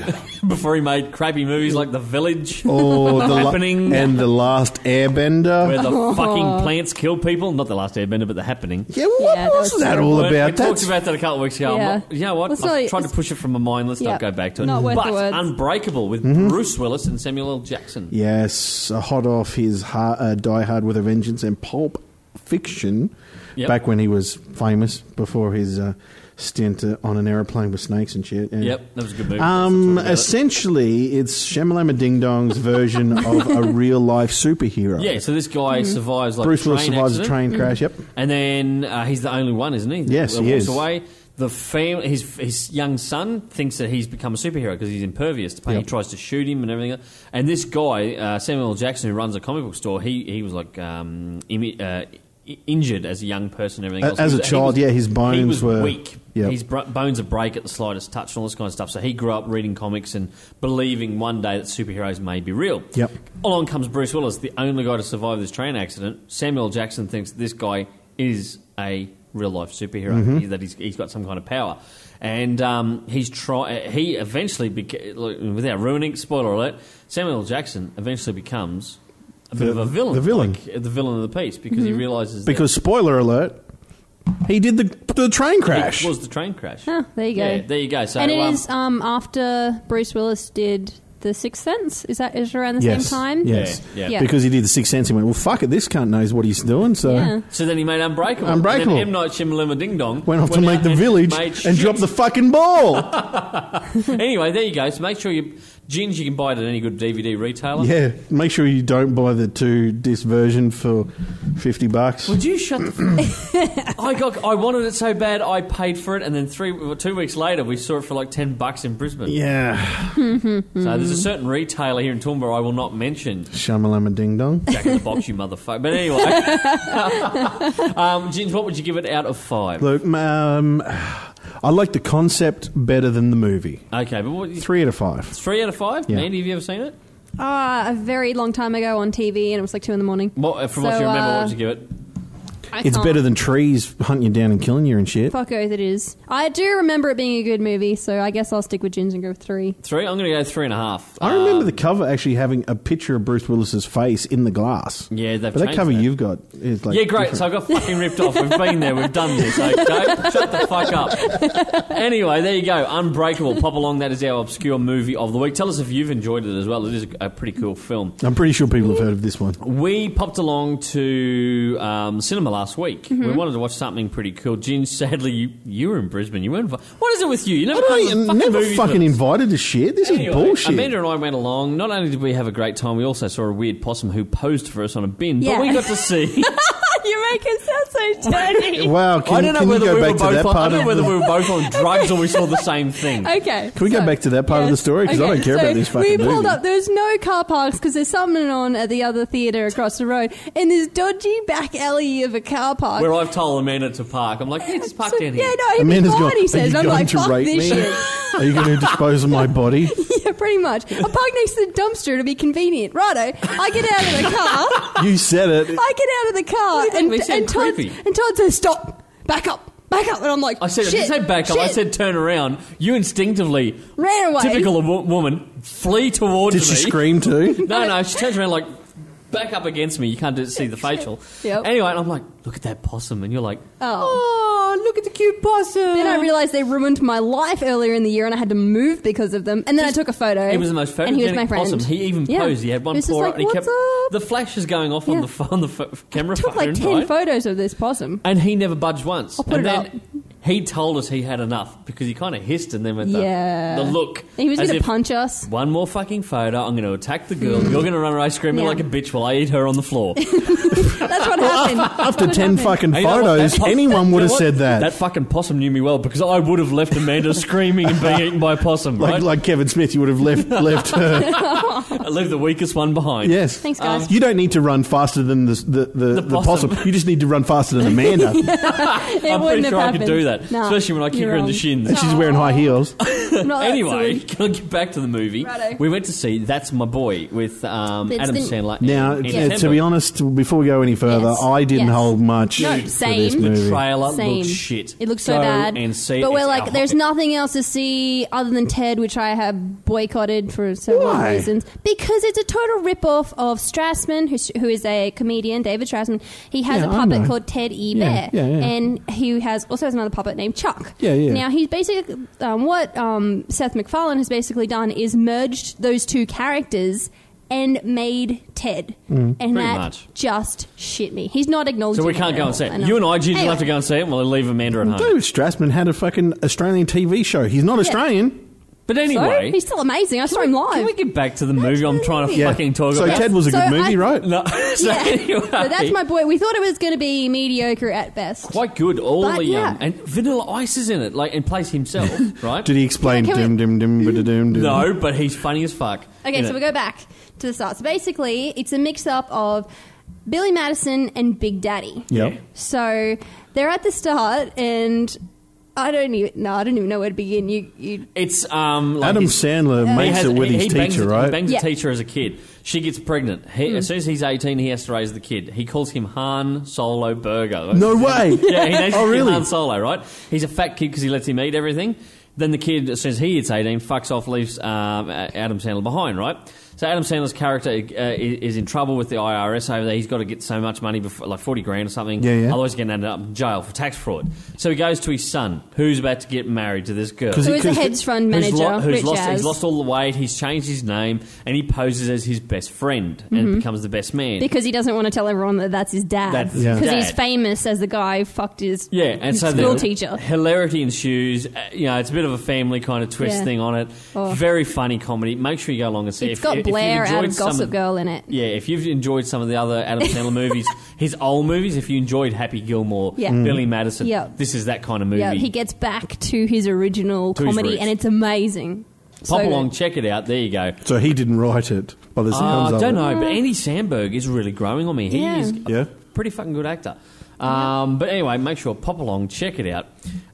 Before he made crappy movies like The Village, [laughs]
Or the la-
Happening.
and the last Airbender.
where the
[laughs]
fucking plants kill people. Not the last airbender, but The Happening.
yeah, what
Yeah, that
was
was
that
terrible.
all
We-
about?
we
That's-
talked about that a couple of weeks ago. I'm
Yeah.
Not, you know what?
Let's
I
not-
tried to push it from my mind. Let's
Yeah.
not go back to it.
Not worth
but
the words.
Unbreakable with
Mm-hmm.
Bruce Willis and Samuel L. Jackson.
Yes, uh, hot off his ha- uh, Die Hard with a Vengeance and Pulp Fiction,
Yep.
back when he was famous before his uh, stint uh, on an aeroplane with snakes and shit. yeah.
Yep, that was a good movie.
Um,
That's all about it.
essentially, it's Shamalama Ding
[laughs]
Dong's version of a real life superhero.
yeah, so this guy survives like
Mm-hmm. Bruce
a train
Willis
accident.
survives
Mm.
a train crash. Yep.
And then uh, he's the only one, isn't he?
Yes,
that
he
walks
is.
away. The fam- his his young son thinks that he's become a superhero because he's impervious to pain.
Yep.
He tries to shoot him and everything. else. And this guy, uh, Samuel L. Jackson, who runs a comic book store, he he was like um, imi- uh, i- injured as a young person. and Everything
A-
else.
as
He
a
was- he
child,
was-
yeah, his
he
bones
was
were-
weak.
Yep.
His br- bones would break at the slightest touch and all this kind of stuff. So he grew up reading comics and believing one day that superheroes may be real.
Yep.
Along comes Bruce Willis, the only guy to survive this train accident. Samuel Jackson thinks this guy is a real life superhero,
Mm-hmm.
he- that he's, he's got some kind of power. And um, he's try- uh, he eventually, beca- look, without ruining, spoiler alert, Samuel Jackson eventually becomes a bit
The-
of a villain.
the villain. Mm-hmm.
like, uh, the villain of the piece, because he realises
Because spoiler alert, he did the the train
that
crash.
it was the train crash.
Oh, there you go.
um, Yeah, there you go. So,
and it
um,
is um, after Bruce Willis did The Sixth Sense? Is that is around the
yes.
same time?
Yes.
Yeah,
yeah.
Because he did the sixth sense and went, well, fuck it, this cunt knows what he's doing. So
Yeah.
So then he made Unbreakable.
Unbreakable.
And then M. Night Shyamalan Ding Dong.
went off to
out
make the
and
village
made
and
shit.
dropped the
[laughs]
fucking ball.
Anyway, there you go. So make sure you... Gins you can buy it at any good DVD retailer.
yeah. Make sure you don't buy the two disc version for 50 bucks.
Would you shut the...
[laughs]
I, got, I wanted it so bad, I paid for it, and then three, well, two weeks later, we saw it for like 10 bucks in Brisbane.
Yeah. Mm.
So there's a certain retailer here in Toowoomba I will not mention.
Shamalama Ding Dong.
Jack in the box, you motherfucker. But
[laughs]
anyway. um, Gins, what would you give it out of five?
Look, um, I like the concept better than the movie.
Okay, but what...
Three out of five.
Three out of five?
Yeah.
Andy, have you ever seen it?
Ah, a very long time ago on TV, and it was like two in the morning.
What, from what
So,
you remember,
uh,
what would you give it?
I
It's
can't-
better than trees hunting you down and killing you and shit.
Fuck oath it is. I do remember it being a good movie, so I guess I'll stick with Gins and go with three.
Three? I'm going to go three and a half.
I remember
Um,
the cover actually having a picture of Bruce Willis's face in the glass.
Yeah, they've
but that
changed
cover
that.
you've got is like
yeah, great. So I
different.
got fucking ripped off. We've been there. We've done this. Okay, shut the fuck up. Anyway, there you go. Unbreakable. Pop along. That is our obscure movie of the week. Tell us if you've enjoyed it as well. It is a pretty cool film.
I'm pretty sure people have heard of this one.
We popped along to um, cinema last week. We wanted to watch something pretty cool. Gin, sadly, you you were in Brisbane. You weren't. invi- What is it with you? You never
I
come to
don't
the fucking
never
movies
fucking
with us.
invited to shit. This
Anyway,
is bullshit.
Amanda and I went along. Not only did we have a great time, we also saw a weird possum who posed for us on a bin.
Yeah.
But we got to see.
[laughs] you make it sound [laughs] so dirty.
wow, can,
I don't know
can you
whether
go
we
back
were
to that
both. On, I
part
don't
of
know whether
the-
we were both
[laughs]
on drugs or we saw the same thing.
Okay.
Can we go back to that part of the story? 'Cause I don't care about this fucking
We pulled
movie.
up. There's no car parks because there's someone on at the other theatre across the road in this dodgy back alley of a car park. [laughs]
Where I've told Amanda to park, I'm like, hey, just park
So-
down here.
Yeah, no, he'd
[laughs] Amanda's
be fine,
gone,
he
Are
says.
you
I'm
going
like,
to
fuck
rape
this
me?
shit. [laughs]
Are you going to dispose
[laughs]
of my body?
yeah, pretty much. I park next to the dumpster. It'll be convenient. Righto. I get out of the car.
[laughs]
You said it.
I get out of the car
They
and,
make me sound
and, Todd,
creepy.
and Todd says, stop, back up, back up. And I'm like,
I said, I
shit,
didn't say back up. I
shit."
said turn around. You instinctively,
ran away.
typical of wo- woman, flee towards
Did
me.
she scream too?
No, no, she turns around like back up against me. You can't do, see the facial.
[laughs] Yep.
Anyway, and I'm like, look at that possum, and you're like,
Oh.
look at the cute possum.
Then I realised they ruined my life earlier in the year and I had to move because of them. And then I took a photo.
He was the most
And he was my
photogenic
friend.
possum. He even
Yeah.
posed. He had one
It was just
paw
like,
out and he
"What's
kept
up?"
the flashes going off
Yeah.
on the on the f- camera
[laughs] took
phone,
like 10
right?
photos of this possum.
and he never budged once.
I'll put
and
it
then he told us he had enough because he kind of hissed and then went the-
Yeah.
the, look.
He was
as
going
if,
to punch us.
One more fucking photo. I'm going to attack the girl. You're going to run around screaming
Yeah.
like a bitch while I eat her on the
[laughs]
floor.
That's
[laughs]
what happened.
After
What
ten
happened.
fucking
And you know what? That
photos,
pos- [laughs]
anyone
you
would
know
have
what?
said that.
That fucking possum knew me well because I would have left Amanda
[laughs]
screaming and being eaten by a possum.
like
Right?
like Kevin Smith, you would
[laughs]
have left left her.
I leave the weakest one behind.
Yes.
Thanks, guys. Um,
you don't need to run faster than the the, the, the,
possum.
possum. You just need to run
[laughs]
faster than Amanda,
It
I'm pretty
wouldn't have
sure I
happened.
could do that,
Nah,
especially when I kick
you're
her in the
wrong. [laughs]
shins.
and she's wearing high heels.
I'm not
[laughs]
that
Anyway,
silly.
can I get back to the movie?
Righto.
We went to see That's My Boy with um,
It's
Adam
the-
Sandler.
Now,
in
uh, to
September.
be honest, before we go any further,
Yes.
I didn't
Yes.
hold much
No,
for
same.
this
The
movie.
trailer
Same.
looks shit.
It looks so
Go
bad.
And see,
but we're
it's
like,
our-
there's nothing else to see other than Ted, which I have boycotted for several
Why?
reasons. Because it's a total rip-off of Strassman, who's, who is a comedian, David Strassman. He has
Yeah,
a
I
puppet
know.
called Ted E. Bear,
Yeah, yeah, yeah.
and he has also has another puppet named Chuck.
Yeah, yeah.
Now he's basically um, what um, Seth MacFarlane has basically done is merged those two characters. And made Ted,
Mm.
and
Pretty
that
much.
just shit me. He's not acknowledging.
So we can't
it
go
at
and see
all,
it. You and I, Gingy, will
Anyway.
have to go and see it, and we'll leave Amanda at home.
David Strassman had a fucking Australian TV show. He's not Australian.
But
Sorry?
anyway,
He's still amazing. I saw him live.
can we get back to the movie? I'm trying to
Yeah.
fucking talk
So
about.
Ted was a
So
good movie,
I-
[laughs]
right?
no, [laughs] so
[laughs] Yeah.
anyway,
So that's my boy. We thought it was going to be mediocre at best.
quite good. All
But,
the
yeah.
um, and Vanilla Ice is in it, like and plays
[laughs]
himself, right?
Did he explain?
Yeah,
Dim
can
dim dim ba-da-dum, dim.
No, but he's funny as fuck.
Okay,
in
so
it.
we go back to the start. So basically, it's a mix up of Billy Madison and Big Daddy.
Yep.
So they're at the start, and I don't even no, I don't even know where to begin. You, you
It's um, like
Adam
his-
Sandler
He
makes
has-
it with
he-
his
he bangs
teacher,
a- He
right?
bangs
Yeah. Mm.
a teacher as a kid. She gets pregnant. He, As soon as he's 18, he has to raise the kid. He calls him Han Solo Burger.
No way.
[laughs] Yeah, he names
[laughs] Oh,
him
really?
Han Solo, right? He's a fat kid because he lets him eat everything. Then the kid, as soon as he hits 18, fucks off, leaves um, Adam uh, Sandler behind, right? So Adam Sandler's character uh, is is in trouble with the IRS over there. He's got to get so much money, before, like forty grand or something.
Yeah, yeah.
Otherwise, he's going to end up in jail for tax fraud. So he goes to his son, who's about to get married to this girl.
'Cause
Who
he
is the
could-
hedge fund manager?
Who's, lo- who's
Rich
lost,
as.
he's lost all the weight. He's changed his name, and he poses as his best friend, and becomes the best man.
Mm-hmm. because he doesn't want to tell everyone that that's his dad.
That's his
Because
Yeah.
he's
dad.
famous as the guy who fucked his
yeah, and
his
so
school
the
teacher.
hilarity ensues. Uh, You know, it's a bit of a family kind of twist
Yeah.
thing on it.
Oh.
Very funny comedy. Make sure you go along and see.
It's
If-
got
if you've
Blair out
enjoyed
of
some
Gossip Girl in it.
Yeah, if you've enjoyed some of the other
[laughs]
Adam Sandler movies, his old movies, if you enjoyed Happy Gilmore,
Yeah. Mm.
Billy Madison,
Yeah.
this is that kind of movie.
Yeah, he gets back to his original
To his
comedy,
roots.
and it's amazing.
Pop
So
along,
good.
check it out. There you go.
So he didn't write it by the
Uh,
sounds
I
of
don't
it.
know, but Andy Sandberg is really growing on me. He
Yeah.
is
Yeah.
pretty fucking good actor. Um, but anyway, make sure pop along, check it out.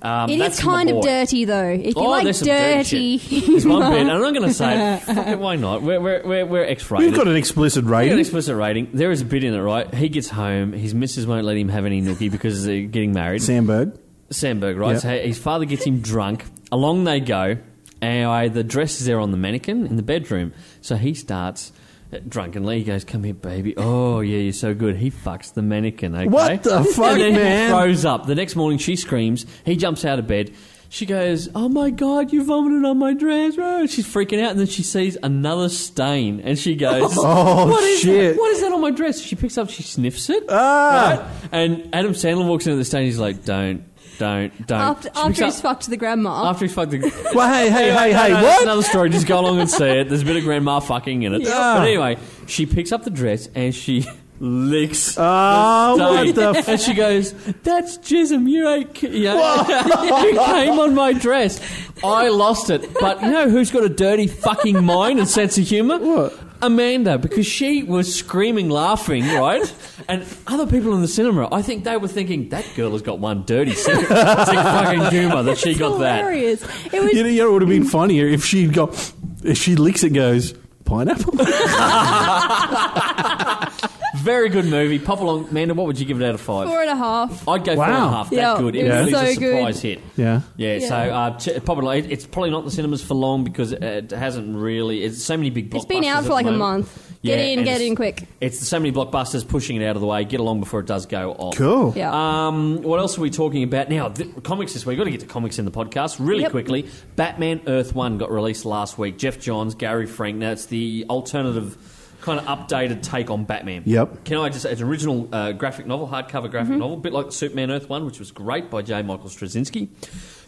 Um,
It
that's
is kind
my
of
boy.
dirty, though. If you
Oh,
like
there's some dirty
dirty, [laughs]
shit. There's one bit, and I'm not going to say it. Fuck it, why not? We're, we're, we're, we're X-rated.
We've got an explicit
We got an
rating.
explicit rating. There is a bit in it, right? He gets home. His missus won't let him have any nookie because they're getting married.
Sandberg.
Sandberg, right?
Yeah.
So his father gets him drunk. Along they go. Anyway, the dress is there on the mannequin in the bedroom. So he starts uh, drunkenly. He goes, "Come here, baby. Oh yeah, you're so good." He fucks the mannequin. Okay,
What the fuck,
and then
man?
He throws up. The next morning, she screams. He jumps out of bed. She goes, "Oh my god, you vomited on my dress!" Oh, she's freaking out, and then she sees another stain, and she goes,
[laughs] Oh,
"What is
shit.
That? What is that on my dress?" She picks up, she sniffs it.
Ah.
right? And Adam Sandler walks into the stage. He's like, "Don't, don't, don't."
after,
She picks
after
up-
he's fucked the grandma.
after he's fucked. The-
Well, hey, hey, hey, hey,
no, That's
what?
another story. Just go along and see it. There's a bit of grandma fucking in it.
Yeah.
But anyway, she picks up the dress and she licks.
Oh,
stain.
what the f-
and she goes, "That's jism. You ain't, c- you, know, [laughs] you came on my dress. I lost it. But you know who's got a dirty fucking mind and sense of humour?
What?
Amanda, because she was screaming, laughing, right? And other people in the cinema, I think they were thinking that girl has got one dirty sense of fucking humour that she
it's
got that.
hilarious. It was
You know, you know it would have been funnier if she'd got, if she licks it goes, pineapple?
[laughs] Very good movie. Pop along, Amanda. What would you give it out of five?
four and a half.
I'd go four and a
Wow.
half. That
Yeah,
good. It
it was
really is a
so good.
surprise hit.
yeah.
Yeah,
Yeah.
so uh, ch- probably like- it's probably not in the cinemas for long because it hasn't really. It's so many big.
It's been
blockbusters
out
at
for like
the
a
moment.
month. Get in,
and
get
it's-
in quick.
It's so many blockbusters pushing it out of the way. Get along before it does go off.
Cool.
Yeah.
Um, what else are we talking about now? Th- comics this week. Got to get to comics in the podcast really
Yep.
quickly. Batman Earth One got released last week. Jeff Johns, Gary Frank. Now it's the alternative, kind of updated take on Batman.
Yep.
Can I just say, it's an original uh, graphic novel, hardcover graphic novel, a bit like the Superman Earth One, which was great by J. Michael Straczynski.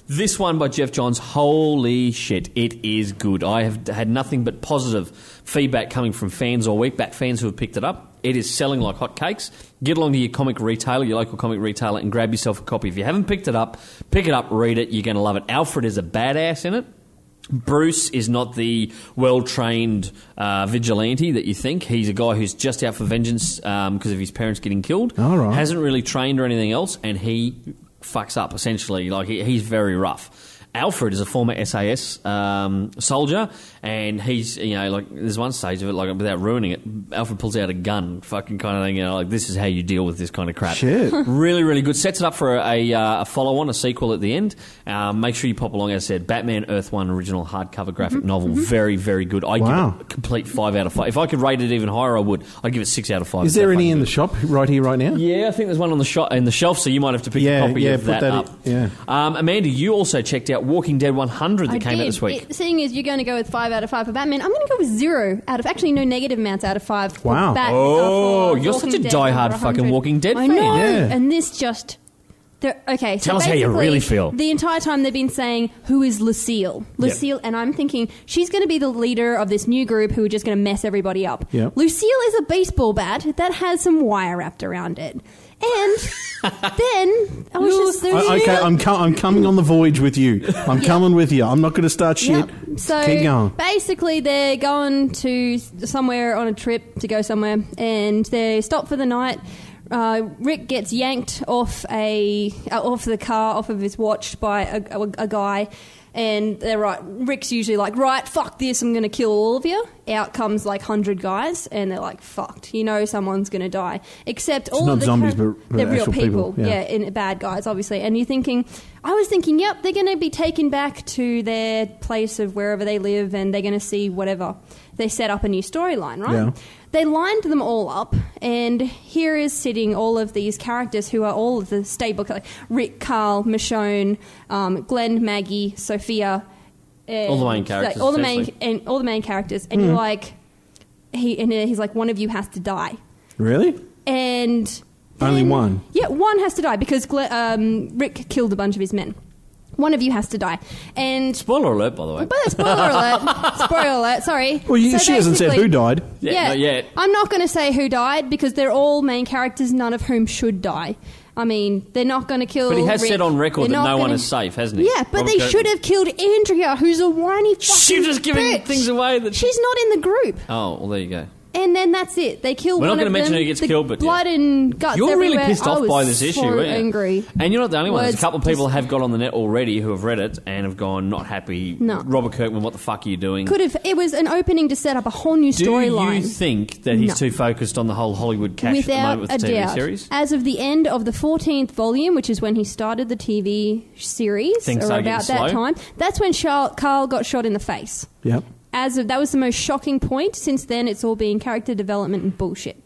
This one by Jeff Johns, holy shit, it is good. I have had nothing but positive feedback coming from fans all week, Bat fans who have picked it up. It is selling like hotcakes. Get along to your comic retailer, your local comic retailer, and grab yourself a copy. If you haven't picked it up, pick it up, read it. You're going to love it. Alfred is a badass in it. Bruce is not the well trained uh, vigilante that you think. He's a guy who's just out for vengeance because of his parents getting killed.
All right.
Hasn't really trained or anything else, and he fucks up essentially. Like he, he's very rough. Alfred is a former SAS um, soldier, and he's you know like there's one stage of it like without ruining it, Alfred pulls out a gun, fucking kind of thing. You know, like this is how you deal with this kind of crap. [laughs]
Shit.
really, really good. Sets it up for a, uh, a follow on, a sequel at the end. Um, make sure you pop along. As I said, Batman Earth One original hardcover graphic
Mm-hmm,
novel. Very, very good. I
Wow.
give it a complete five out of five. If I could rate it even higher, I would. I'd give it six out of five.
Is
It's that
there
fucking
any in the
good.
shop right here, right now?
Yeah, I think there's one on the shot in the shelf, so you might have to pick
Yeah,
a copy
yeah,
of
put
that,
that in-
up.
yeah.
Um, Amanda, you also checked out Walking Dead 100 that
I
came
did.
out this week.
It- seeing as you're going to go with five out of five for Batman, I'm going to go with zero out of actually no negative amounts out of five. For
Wow.
Bat-
Oh,
uh, for
you're such
Walking
a
Dead
diehard
over
fucking
100.
Walking Dead
I
fan.
know,
Yeah.
and this just. they're- Okay, so
Tell us how you
basically,
really feel.
The entire time they've been saying, "Who is Lucille?" Lucille, and I'm thinking she's going to be the leader of this new group who are just going to mess everybody up.
Yeah.
Lucille is a baseball bat that has some wire wrapped around
[laughs]
it, and then I was just there.
I, okay, I'm, com- I'm coming on the voyage with you. I'm coming with you. I'm not going to start shit.
Yep. So
Keep going.
basically, they're going to s- somewhere on a trip to go somewhere, and they stop for the night. Uh, Rick gets yanked off a uh, off the car, off of his watch by a, a- a guy. And they're right. Rick's usually like, right, fuck this, I'm going to kill all of you. Out comes like 100 guys, and they're like, fucked. You know someone's going to die. Except all
not
of the
zombies,
char-
but- but
they're real
actual people, yeah.
yeah, in bad guys, obviously. And you're thinking, I was thinking, yep, they're going to be taken back to their place of wherever they live and they're going to see whatever. They set up a new storyline, right?
Yeah.
They lined them all up, and here is sitting all of these characters who are all of the stable like Rick, Carl, Michonne, um, Glenn, Maggie, Sophia. and-
All the main characters,
all the main
essentially.
and all the main characters, and you're like, he and he's like, one of you has to die
Really?
and
Only
then-
one?
Yeah, one has to die because Gle- um, Rick killed a bunch of his men. One of you has to die, and
Spoiler alert, by the way.
but
[laughs]
spoiler alert, spoiler alert. Sorry.
Well, you,
So
she hasn't said
basically-
who died.
Yeah, not yet.
I'm not going to say who died because they're all main characters, none of whom should die. I mean, they're not going to kill.
But he has
Rick.
said on record
They're
that
not
no one
gonna-
is safe, hasn't he?
Yeah, but
Robert
they
Kirkman.
should have killed Andrea, who's a whiny fucking
She's just giving
bitch.
things away that-
she's not in the group.
Oh, well, there you go.
And then that's it. They kill.
We're not
one
gonna
of
mention
them.
who gets
The
killed, but yeah.
blood and guts.
You're really
everywhere.
pissed
I
off
was
by this issue,
so
weren't you?
Angry.
And you're not the only one. There's a
Words
couple of people
just-
have got on the net already who have read it and have gone not happy.
No.
Robert Kirkman, what the fuck are you doing?
Could have. It was an opening to set up a whole new
Do you
storyline.
think that he's
No.
too focused on the whole Hollywood cash
Without
at the moment with
a
the TV
doubt,
series?
as of the end of the 14th volume, which is when he started the TV series,
Things
or
are getting
about that
slow.
time, that's when Charl- Carl got shot in the face.
Yep.
As of, that was the most shocking point. Since then, it's all been character development and bullshit.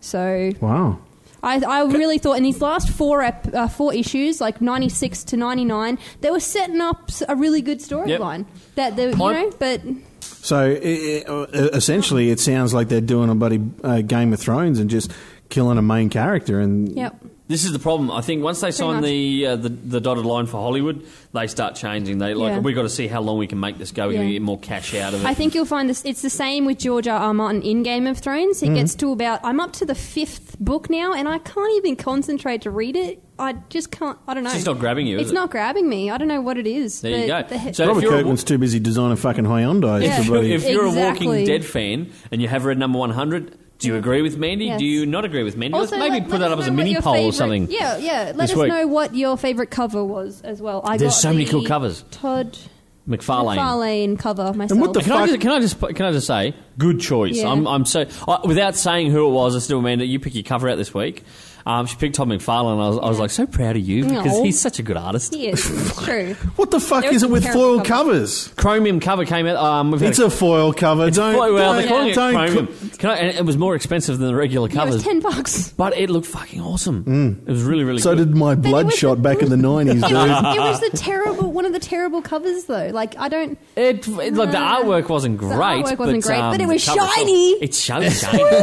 So
Wow.
I, I really thought in these last four ep- uh, four issues, like ninety six to ninety nine, they were setting up s- a really good storyline. That they, you
Point.
know, but
So i i- uh, essentially, it sounds like they're doing a bloody uh, Game of Thrones and just killing a main character. And
yep,
This is the problem. I think once they sign
much.
the, uh, the the dotted line for Hollywood, they start changing. They like
Yeah.
we got to see how long we can make this go. We
Yeah.
can get more cash out of it.
I think you'll find this. It's the same with George R. R. Martin in Game of Thrones. He
Mm-hmm.
gets to about I'm up to the fifth book now, and I can't even concentrate to read it. I just can't. I don't know.
It's just not grabbing you, is
It's
it?
not grabbing me. I don't know what it is.
There you
but
go.
the-
So
Robert
if you're a-
Kirkman's too busy designing fucking Hyundai.
Yeah.
if you're, if you're
Exactly.
a Walking Dead fan and you have read number one hundred, do you agree with Mandy?
Yes.
Do you not agree with Mandy?
Also,
Let's maybe
let-
put
let
that up
us
as a
know what
mini
your
poll or
favourite-
something.
Yeah, yeah. Let
this
us
week.
know what your favorite cover was as well. I
There's
got
so many
the
cool covers.
Todd
McFarlane.
McFarlane cover myself.
what the
Can
fuck?
I, just, can I just can I just say good choice?
Yeah.
I'm, I'm so I, without saying who it was. I still mean that you pick your cover out this week. Um, she picked Todd McFarlane. I was, I was like so proud of you because
Aw.
he's such a good artist.
He
[laughs]
is. It's true.
What the fuck
There
is it
was
with
some
foil
terrible
covers?
Chromium cover came out. Um, we've had
It's a foil cover. don't,
Well, well, they're
don't-
calling it
don't
chromium.
co-
Can I, and it was more expensive than the regular
It
covers,
was ten bucks.
but it looked fucking awesome. It was really, really
Mm. so
good.
did my bloodshot back in the
[laughs]
[laughs]
nineties,
It
dude.
was, it was the terrible one of the terrible covers though. Like I don't.
It, it like the artwork wasn't great.
artwork wasn't
but,
great,
um,
but it
the
was
cover itself-
shiny.
It's so
[laughs]
shiny.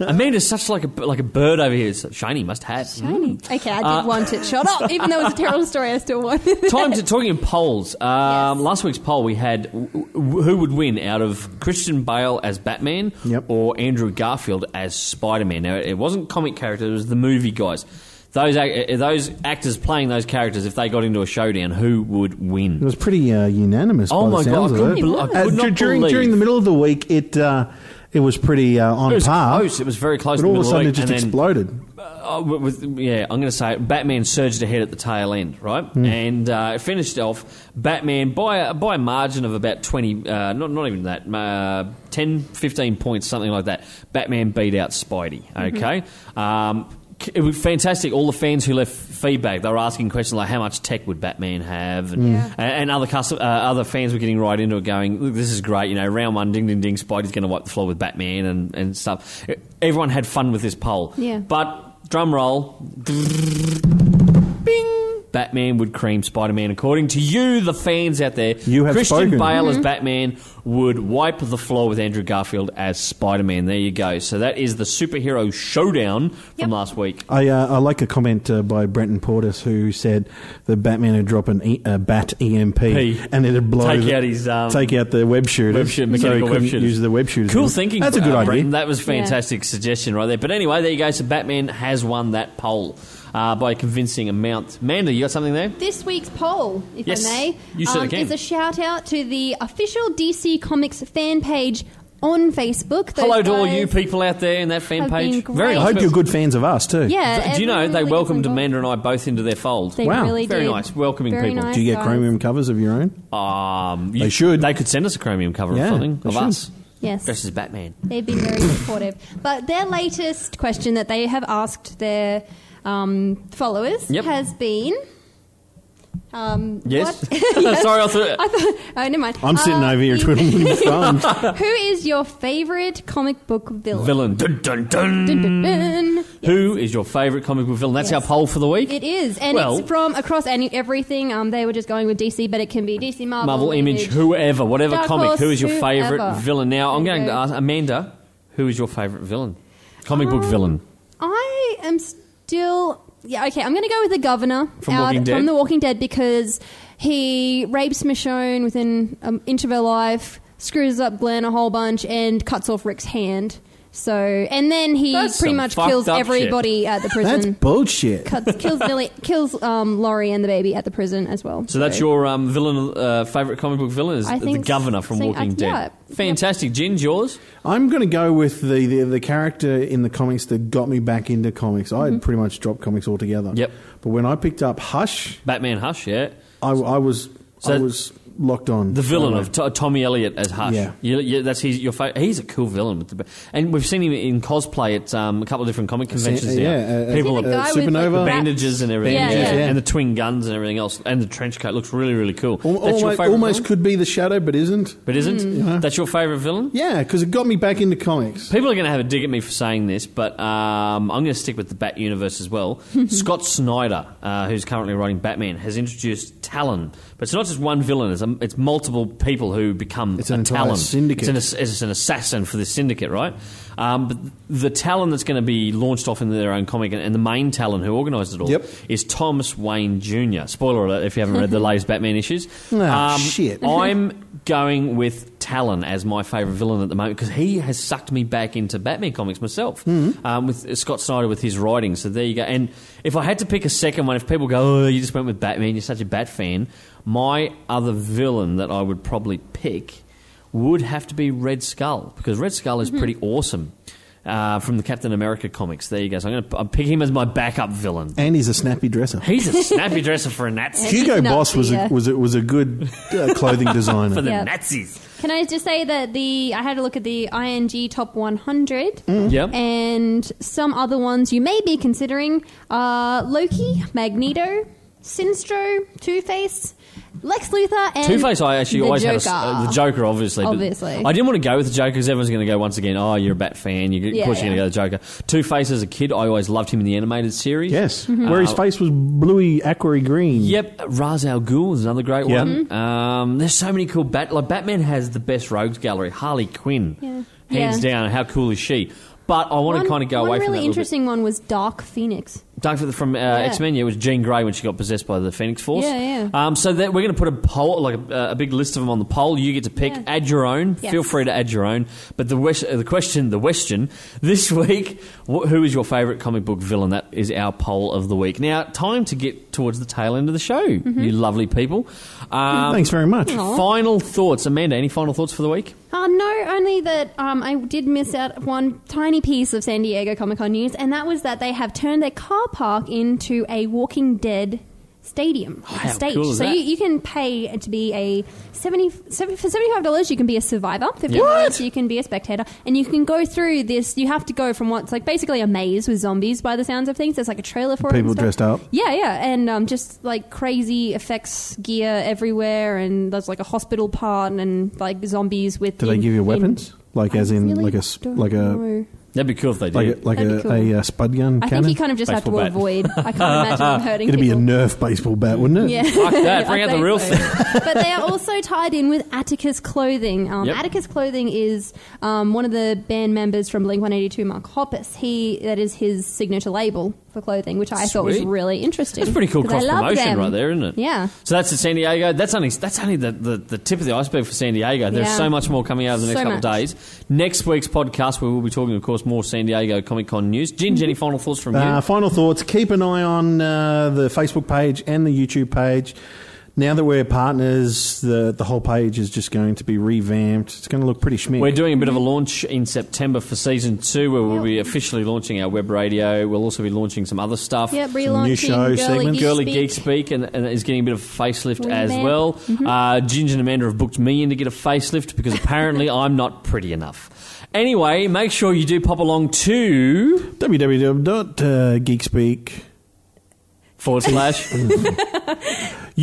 Amanda's such like a like a bird over here. It's shiny, must have. Mm.
Okay, I did want it shut up. Even though it was a terrible story, I still wanted it. [laughs]
Time to talking in polls. Um,
Yes.
Last week's poll we had w- w- who would win out of Christian Bale as Batman
Yep.
or Andrew Garfield as Spider Man. Now it wasn't comic characters; it was the movie guys. Those ac- uh, those actors playing those characters, if they got into a showdown, who would
It
win?
was pretty uh, unanimous.
Oh
by
my
the
god!
sounds
I
of
couldn't,
it.
bel- I
Uh,
could not
dur- during
believe.
during the middle of the week, it uh, it was pretty uh, on
it was
par.
close. It was very close.
But
in the
all of a
middle
sudden, it
the
just
week, and then-
exploded.
Uh, with, with- yeah, I'm going to say it. Batman surged ahead at the tail end, right? And uh, it finished off Batman by a, by a margin of about 20, uh, not, not even that, uh, 10, 15 points, something like that. Batman beat out Spidey, okay? Um, c- it was fantastic. All the fans who left feedback, they were asking questions like, "How much tech would Batman have?" and, and, and other custom, uh, other fans were getting right into it, going, "Look, this is great." You know, round one, ding ding ding, Spidey's going to wipe the floor with Batman and, and stuff. E, Everyone had fun with this poll.
Yeah.
But drum roll, bing. Batman would cream Spider-Man, according to you, the fans out there.
You have
Christian
spoken.
Bale
Mm-hmm.
as Batman would wipe the floor with Andrew Garfield as Spider-Man. There you go. So that is the superhero showdown from
Yep.
last week.
I, uh, I like a comment uh, by Brenton Portis who said the Batman would drop an e- a bat EMP
P.
and it'd blow
Take
the-
out his, um,
take out the web shooter,
Web shoot,
so he
mechanical
couldn't
web shooters.
use the web shooter.
Cool thinking.
That's a good
uh,
idea.
Brenton. That was fantastic suggestion right there. But anyway, there you go. So Batman has won that poll uh, by a convincing amount. Amanda, you got something there?
This week's poll, if
Yes,
I may, um,
you certainly can.
is a shout out to the official DC Comics fan page on Facebook. Those
Hello to all you
guys-
people out there in that fan
have
page.
been
Very
great.
I
nice.
hope you're good fans of us too.
Yeah.
Do you know
Uh, everyone
they
really
welcomed
gets involved.
Amanda and I both into their fold?
They
Wow.
really
Very
did.
nice, welcoming
Very
people.
Nice
Do you get
guys.
chromium covers of your own?
Um, you-
They should.
They could send us a chromium cover
Yeah,
or something
they
of
should.
us.
Yes.
Dressed as Batman.
They've been very supportive. But their latest question that they have asked their um, followers
Yep.
has been. Um,
Yes.
what-
[laughs] Sorry,
[laughs]
I thought.
I thought, oh, never mind.
I'm sitting
Uh,
over here [laughs] twiddling my thumbs.
[laughs] Who is your favourite comic book villain?
Villain. Dun, dun, dun.
Dun, dun, dun.
Who is your favourite comic book villain? That's
Yes.
our poll for the week.
It is, and
Well-
it's from across any everything. Um, they were just going with DC, but it can be DC, Marvel,
Marvel, Image, whoever, whatever
Dark
comic.
Horse,
who is your
whoever.
favourite villain? Now, I'm going to
Okay.
ask Amanda, who is your favourite villain? Comic book
Um,
villain.
I am still. Yeah, okay. I'm going to go with the governor
From Walking Dead?
from The Walking Dead because he rapes Michonne within an inch of her life, screws up Glenn a whole bunch, and cuts off Rick's hand. So, and then he
That's
pretty
some
much
fucked
kills
up
everybody at the
That's
prison.
bullshit.
cuts, kills Billy, kills um, Laurie and the baby at the prison as well.
So that's your um, villain, uh, favourite comic book villain is
I
the
think
governor from
so- I-
Walking Dead.
yeah.
Fantastic. Ginge, yours?
I'm going to go with the, the the character in the comics that got me back into comics. I
Mm-hmm.
had pretty much dropped comics altogether.
Yep.
But when I picked up Hush,
Batman Hush, yeah.
I, I was
So-
I was locked on.
The villain of T- Tommy Elliot as Hush.
Yeah.
You- you- that's he's your fa- He's a cool villain, with the, and we've seen him in cosplay at um, a couple of different comic conventions now.
yeah, uh,
People
He's
are
the guy with, like,
Supernova?
the bat-
bandages and everything,
Bandages,
yeah,
yeah.
and the twin guns and everything else, and the trench coat looks really, really cool.
Al-
that's your
almost,
favorite,
almost Mm.
villain?
could be the Shadow, but isn't.
but isn't that's your favorite villain?
Yeah, because it got me back into comics.
[laughs] People are going to have a dig at me for saying this, but um, I'm going to stick with the Bat universe as well. Scott Snyder, uh, who's currently writing Batman, has introduced Talon. But it's not just one villain, it's, um it's multiple people who become
It's
a
an entire
Talon.
syndicate.
It's an, ass- it's an assassin for this syndicate, right? Um, but the Talon that's going to be launched off in their own comic, and, and the main Talon who organised it all,
Yep.
is Thomas Wayne Jr. Spoiler alert if you haven't read
[laughs]
the latest Batman issues.
Ah, shit.
Um, [laughs] I'm going with Talon as my favourite villain at the moment because he has sucked me back into Batman comics myself
Hmm.
um, with Scott Snyder with his writing. So there you go. And if I had to pick a second one, if people go, oh, you just went with Batman, you're such a Bat fan, my other villain that I would probably pick would have to be Red Skull because Red Skull
Mm-hmm.
is pretty awesome. Uh, from the Captain America comics, there you go. So I'm going to I'll pick him as my backup villain.
And he's a snappy dresser.
He's
[laughs]
a snappy dresser for a Nazi,
Hugo
He's not
Boss was
the,
a,
uh,
was a, was a good uh,
[laughs]
clothing designer.
for the
Yeah.
Nazis.
Can I just say that the I had a look at the ING top 100
Mm. Yep.
and some other ones you may be considering are Loki, Magneto, Sinestro, Two Face, Lex Luthor, and
Two Face, I actually
the
always
Joker.
had a, uh, the Joker, obviously. but
Obviously.
I didn't want to go with the Joker because everyone's going to go once again. Oh, you're a Bat fan. You're,
Yeah,
of course, you're
yeah.
going to go the Joker. Two Face as a kid, I always loved him in the animated series.
yes,
Mm-hmm.
where his
Uh,
face was bluey, aquary green.
Yep, Ra's al Ghul is another great
Yeah.
Mm-hmm.
one. Um, there's so many cool bat. Like Batman has the best rogues gallery. Harley Quinn,
Yeah.
hands
Yeah.
down. How cool is she? But I want
One-
to kind of go
one
away
really
from that. a little bit.
interesting one was Dark Phoenix.
Doug from- from uh, X Men. Yeah, it was Jean Grey when she got possessed by the Phoenix Force.
Yeah,
Um, so that we're going to put a poll, like a, a big list of them on the poll. You get to pick.
Yeah.
Add your own.
Yes.
Feel free to add your own. But the wes- uh, the question, the question this [laughs] week: wh- Who is your favourite comic book villain? That is our poll of the week. Now, time to get towards the tail end of the show. You lovely people. Um,
Thanks very much.
Mm-hmm. Aw.
Final thoughts, Amanda. Any final thoughts for the week?
Uh, no, only that um, I did miss out one tiny piece of San Diego Comic Con news, and that was that they have turned their car park into a Walking Dead stadium
how
stage.
cool is
so
that?
You, you can pay to be a 70, seven- for seventy five dollars. You can be a survivor. Fifty dollars you can be a spectator, and you can go through this. You have to go from what's like basically a maze with zombies by the sounds of things. There's like a trailer for it. and
People
stuff.
dressed up.
Yeah, yeah, and um, just like crazy effects gear everywhere, and there's like a hospital part, and like zombies with.
Do they
in-
give you
in-
weapons? Like as
I
in
really
like a s-
don't
like a
know.
That'd be cool if they did.
like a,
That'd
like
be
a,
cool.
a, uh, spud gun
I
cannon.
think you kind of just have to
Baseball bat.
avoid.
[laughs]
I can't imagine them hurting.
It'd be a
people.
Nerf baseball bat, wouldn't it?
Yeah.
Fuck
[laughs]
that, bring
I'd
out the
say
real
so. [laughs] but they are also tied in with Atticus Clothing. Um,
Yep.
Atticus Clothing is um, one of the band members from Blink 182, Mark Hoppus. He that is his signature label for clothing, which I thought was
Sweet.
really interesting.
That's pretty cool
'Cause
cross
I love
promotion
them.
right there, isn't it?
Yeah.
So that's at San Diego. That's only that's only the, the, the tip of the iceberg for San Diego. There's
Yeah.
so much more coming out over the next
So
couple of
much.
days. Next week's podcast, we will be talking, of course, more San Diego Comic Con news. Ginge,
Mm-hmm.
any final thoughts from you?
Uh, final thoughts. Keep an eye on uh, the Facebook page and the YouTube page. now that we're partners, the the whole page is just going to be revamped. It's going to look pretty schmick.
We're doing a bit of a launch in September for season two, where we'll be officially launching our web radio. We'll also be launching some other stuff.
Yep, relaunching
show
Girly Geek
segments.
Girly
Speak.
Geek Speak and, and is getting a bit of a facelift as
Revamp.
well. Uh, Ginger and Amanda have booked me in to get a facelift because apparently I'm not pretty enough. Anyway, make sure you do pop along to
uh, www.geekspeak.
forward slash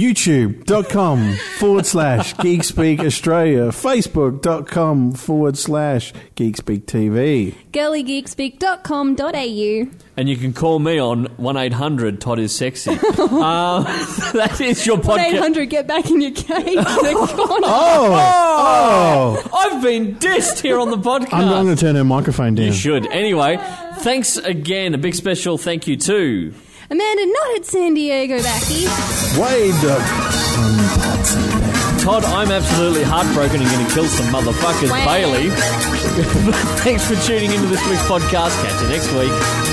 YouTube.com forward
[laughs]
slash Geekspeak Australia. Facebook.com forward slash Geekspeak TV.
girlygeekspeak.com.au.
and you can call me on 1 800 Todd is sexy. uh, [laughs] that is your podcast.
800 get back in
[laughs]
your cage.
Oh! oh.
I've been dissed here on the podcast.
I'm, I'm going to turn her microphone down.
you should. Anyway, thanks again. A big special thank you to.
Amanda, not at San Diego Backy.
Wade. uh,
Todd, I'm absolutely heartbroken and going to kill some motherfuckers, [laughs]
Wow.
Bailey. Thanks for tuning into this week's podcast. Catch you next week.